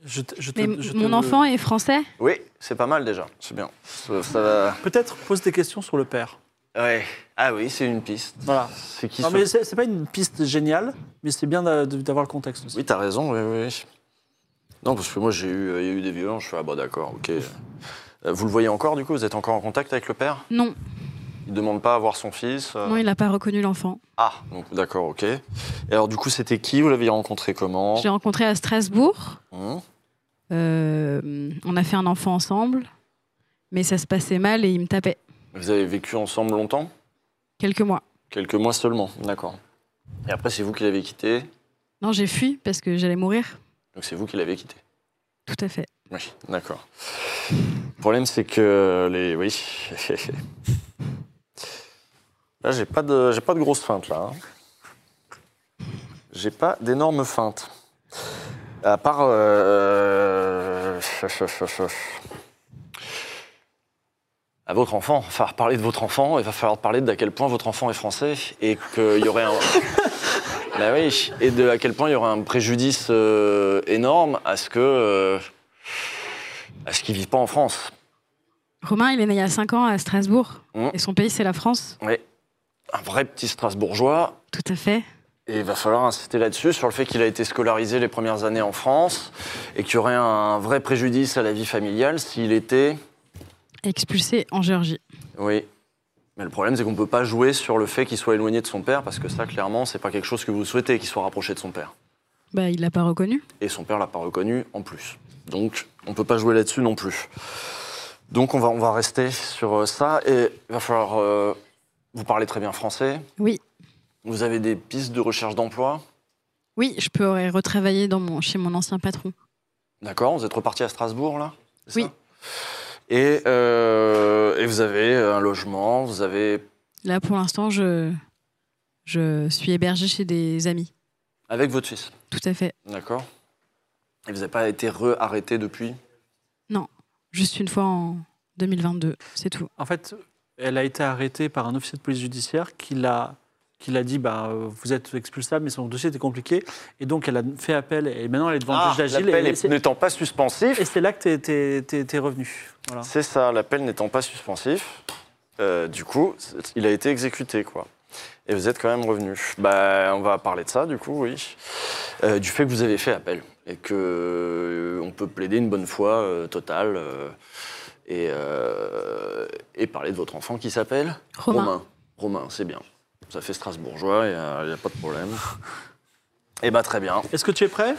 S1: Je te- je te-
S6: Mais
S1: je te-
S6: mon enfant est français
S2: Oui, c'est pas mal déjà. C'est bien. Ça, ça va.
S1: Peut-être pose des questions sur le père.
S2: Ouais. Ah oui, c'est une piste.
S1: Voilà.
S2: C'est qui
S1: Non,
S2: ce-
S1: mais c'est c'est pas une piste géniale, mais c'est bien d'a- d'avoir le contexte aussi.
S2: Oui, t'as raison, oui, oui, oui. Non, parce que moi, j'ai eu, il y a eu des violences, je suis ah bah d'accord, ok. Euh, Vous le voyez encore, du coup Vous êtes encore en contact avec le père
S6: Non,
S2: Il demande pas à voir son fils euh,
S6: non, il n'a pas reconnu l'enfant.
S2: Ah, donc d'accord, ok. Et alors, du coup, c'était qui Vous l'avez rencontré comment
S6: Je l'ai rencontré à Strasbourg.
S2: Hum,
S6: Euh, on a fait un enfant ensemble, mais ça se passait mal et il me tapait.
S2: Vous avez vécu ensemble longtemps
S6: Quelques mois.
S2: Quelques mois seulement, d'accord. Et après, c'est vous qui l'avez quitté
S6: Non, j'ai fui parce que j'allais mourir.
S2: Donc, c'est vous qui l'avez quitté
S6: Tout à fait.
S2: Oui, d'accord. Le problème, c'est que les. Oui. là, j'ai pas de, j'ai pas de grosse feinte, là. hein. J'ai pas d'énorme feinte. À part. euh, À votre enfant. Il va falloir parler de votre enfant, il va falloir parler d'à quel point votre enfant est français et qu'il y aurait un. Bah oui, et de à quel point il y aura un préjudice euh, énorme à ce que euh, à ce qu'ils vivent pas en France.
S6: Romain, il est né il y a 5 ans à Strasbourg.
S2: Mhm.
S6: Et son pays, c'est la France.
S2: Ouais. Un vrai petit Strasbourgeois.
S6: Tout à fait.
S2: Et il va falloir insister là-dessus, sur le fait qu'il a été scolarisé les premières années en France et qu'il y aurait un vrai préjudice à la vie familiale s'il était.
S6: Expulsé en Géorgie.
S2: Oui. Mais le problème, c'est qu'on ne peut pas jouer sur le fait qu'il soit éloigné de son père, parce que ça, clairement, c'est pas quelque chose que vous souhaitez qu'il soit rapproché de son père.
S6: Bah, il l'a pas reconnu.
S2: et son père l'a pas reconnu en plus. Donc on peut pas jouer là-dessus non plus. Donc on va, on va rester sur euh, ça. Et il va falloir... euh, vous parlez très bien français.
S6: Oui.
S2: Vous avez des pistes de recherche d'emploi.
S6: Oui, je pourrais retravailler dans mon, chez mon ancien patron.
S2: D'accord, vous êtes reparti à Strasbourg, là c'est
S6: Oui.
S2: ça et, euh, et vous avez un logement, vous avez...
S6: Là, pour l'instant, je, je suis hébergée chez des amis.
S2: Avec votre fils,
S6: Tout à fait.
S2: d'accord Et vous n'avez pas été re-arrêté depuis
S6: Juste une fois en 2022, c'est tout.
S1: En fait, elle a été arrêtée par un officier de police judiciaire qui l'a qui l'a dit bah, euh, vous êtes expulsable, mais son dossier était compliqué. Et donc, elle a fait appel et maintenant, elle est devant le juge d'agile.
S2: Ah, l'appel
S1: Et,
S2: est-
S1: c'est-
S2: n'étant pas suspensif.
S1: et c'est là que t'es- t'es t'es- t'es revenu. Voilà.
S2: C'est ça, l'appel n'étant pas suspensif. euh, du coup, c'est- il a été exécuté, quoi. Et vous êtes quand même revenu. Bah, on va parler de ça, du coup, oui. Euh, du fait que vous avez fait appel et que euh, on peut plaider une bonne foi euh, totale euh, et, euh, et parler de votre enfant qui s'appelle
S6: Romain.
S2: Romain, c'est bien. Ça fait strasbourgeois, il n'y a, y a pas de problème. Eh bah très bien.
S1: Est-ce que tu es prêt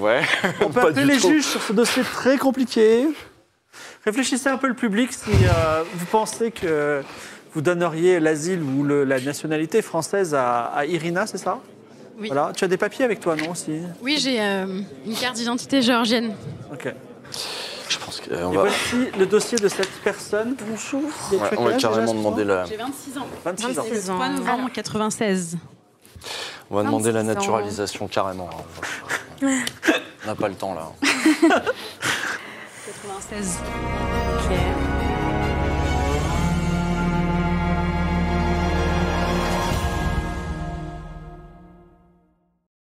S2: Ouais.
S1: On peut
S2: Pas
S1: appeler
S2: du
S1: les
S2: tout.
S1: juges sur ce dossier très compliqué. Réfléchissez un peu le public si euh, vous pensez que vous donneriez l'asile ou le- la nationalité française à, à Irina, c'est ça
S6: Oui.
S1: Voilà. Tu as des papiers avec toi, non aussi
S6: Oui, j'ai euh, une carte d'identité géorgienne.
S1: Ok. Et
S2: Je pense qu'on va,
S1: voici le dossier de cette personne. Bonjour.
S2: ouais, on va carrément demander la,
S6: J'ai 26 ans.
S1: 26 ans.
S5: 26 ans.
S6: 3 novembre 96.
S2: On va demander la
S5: 26 ans.
S2: naturalisation carrément. hein. On n'a pas le temps là.
S6: 96.
S5: Ok.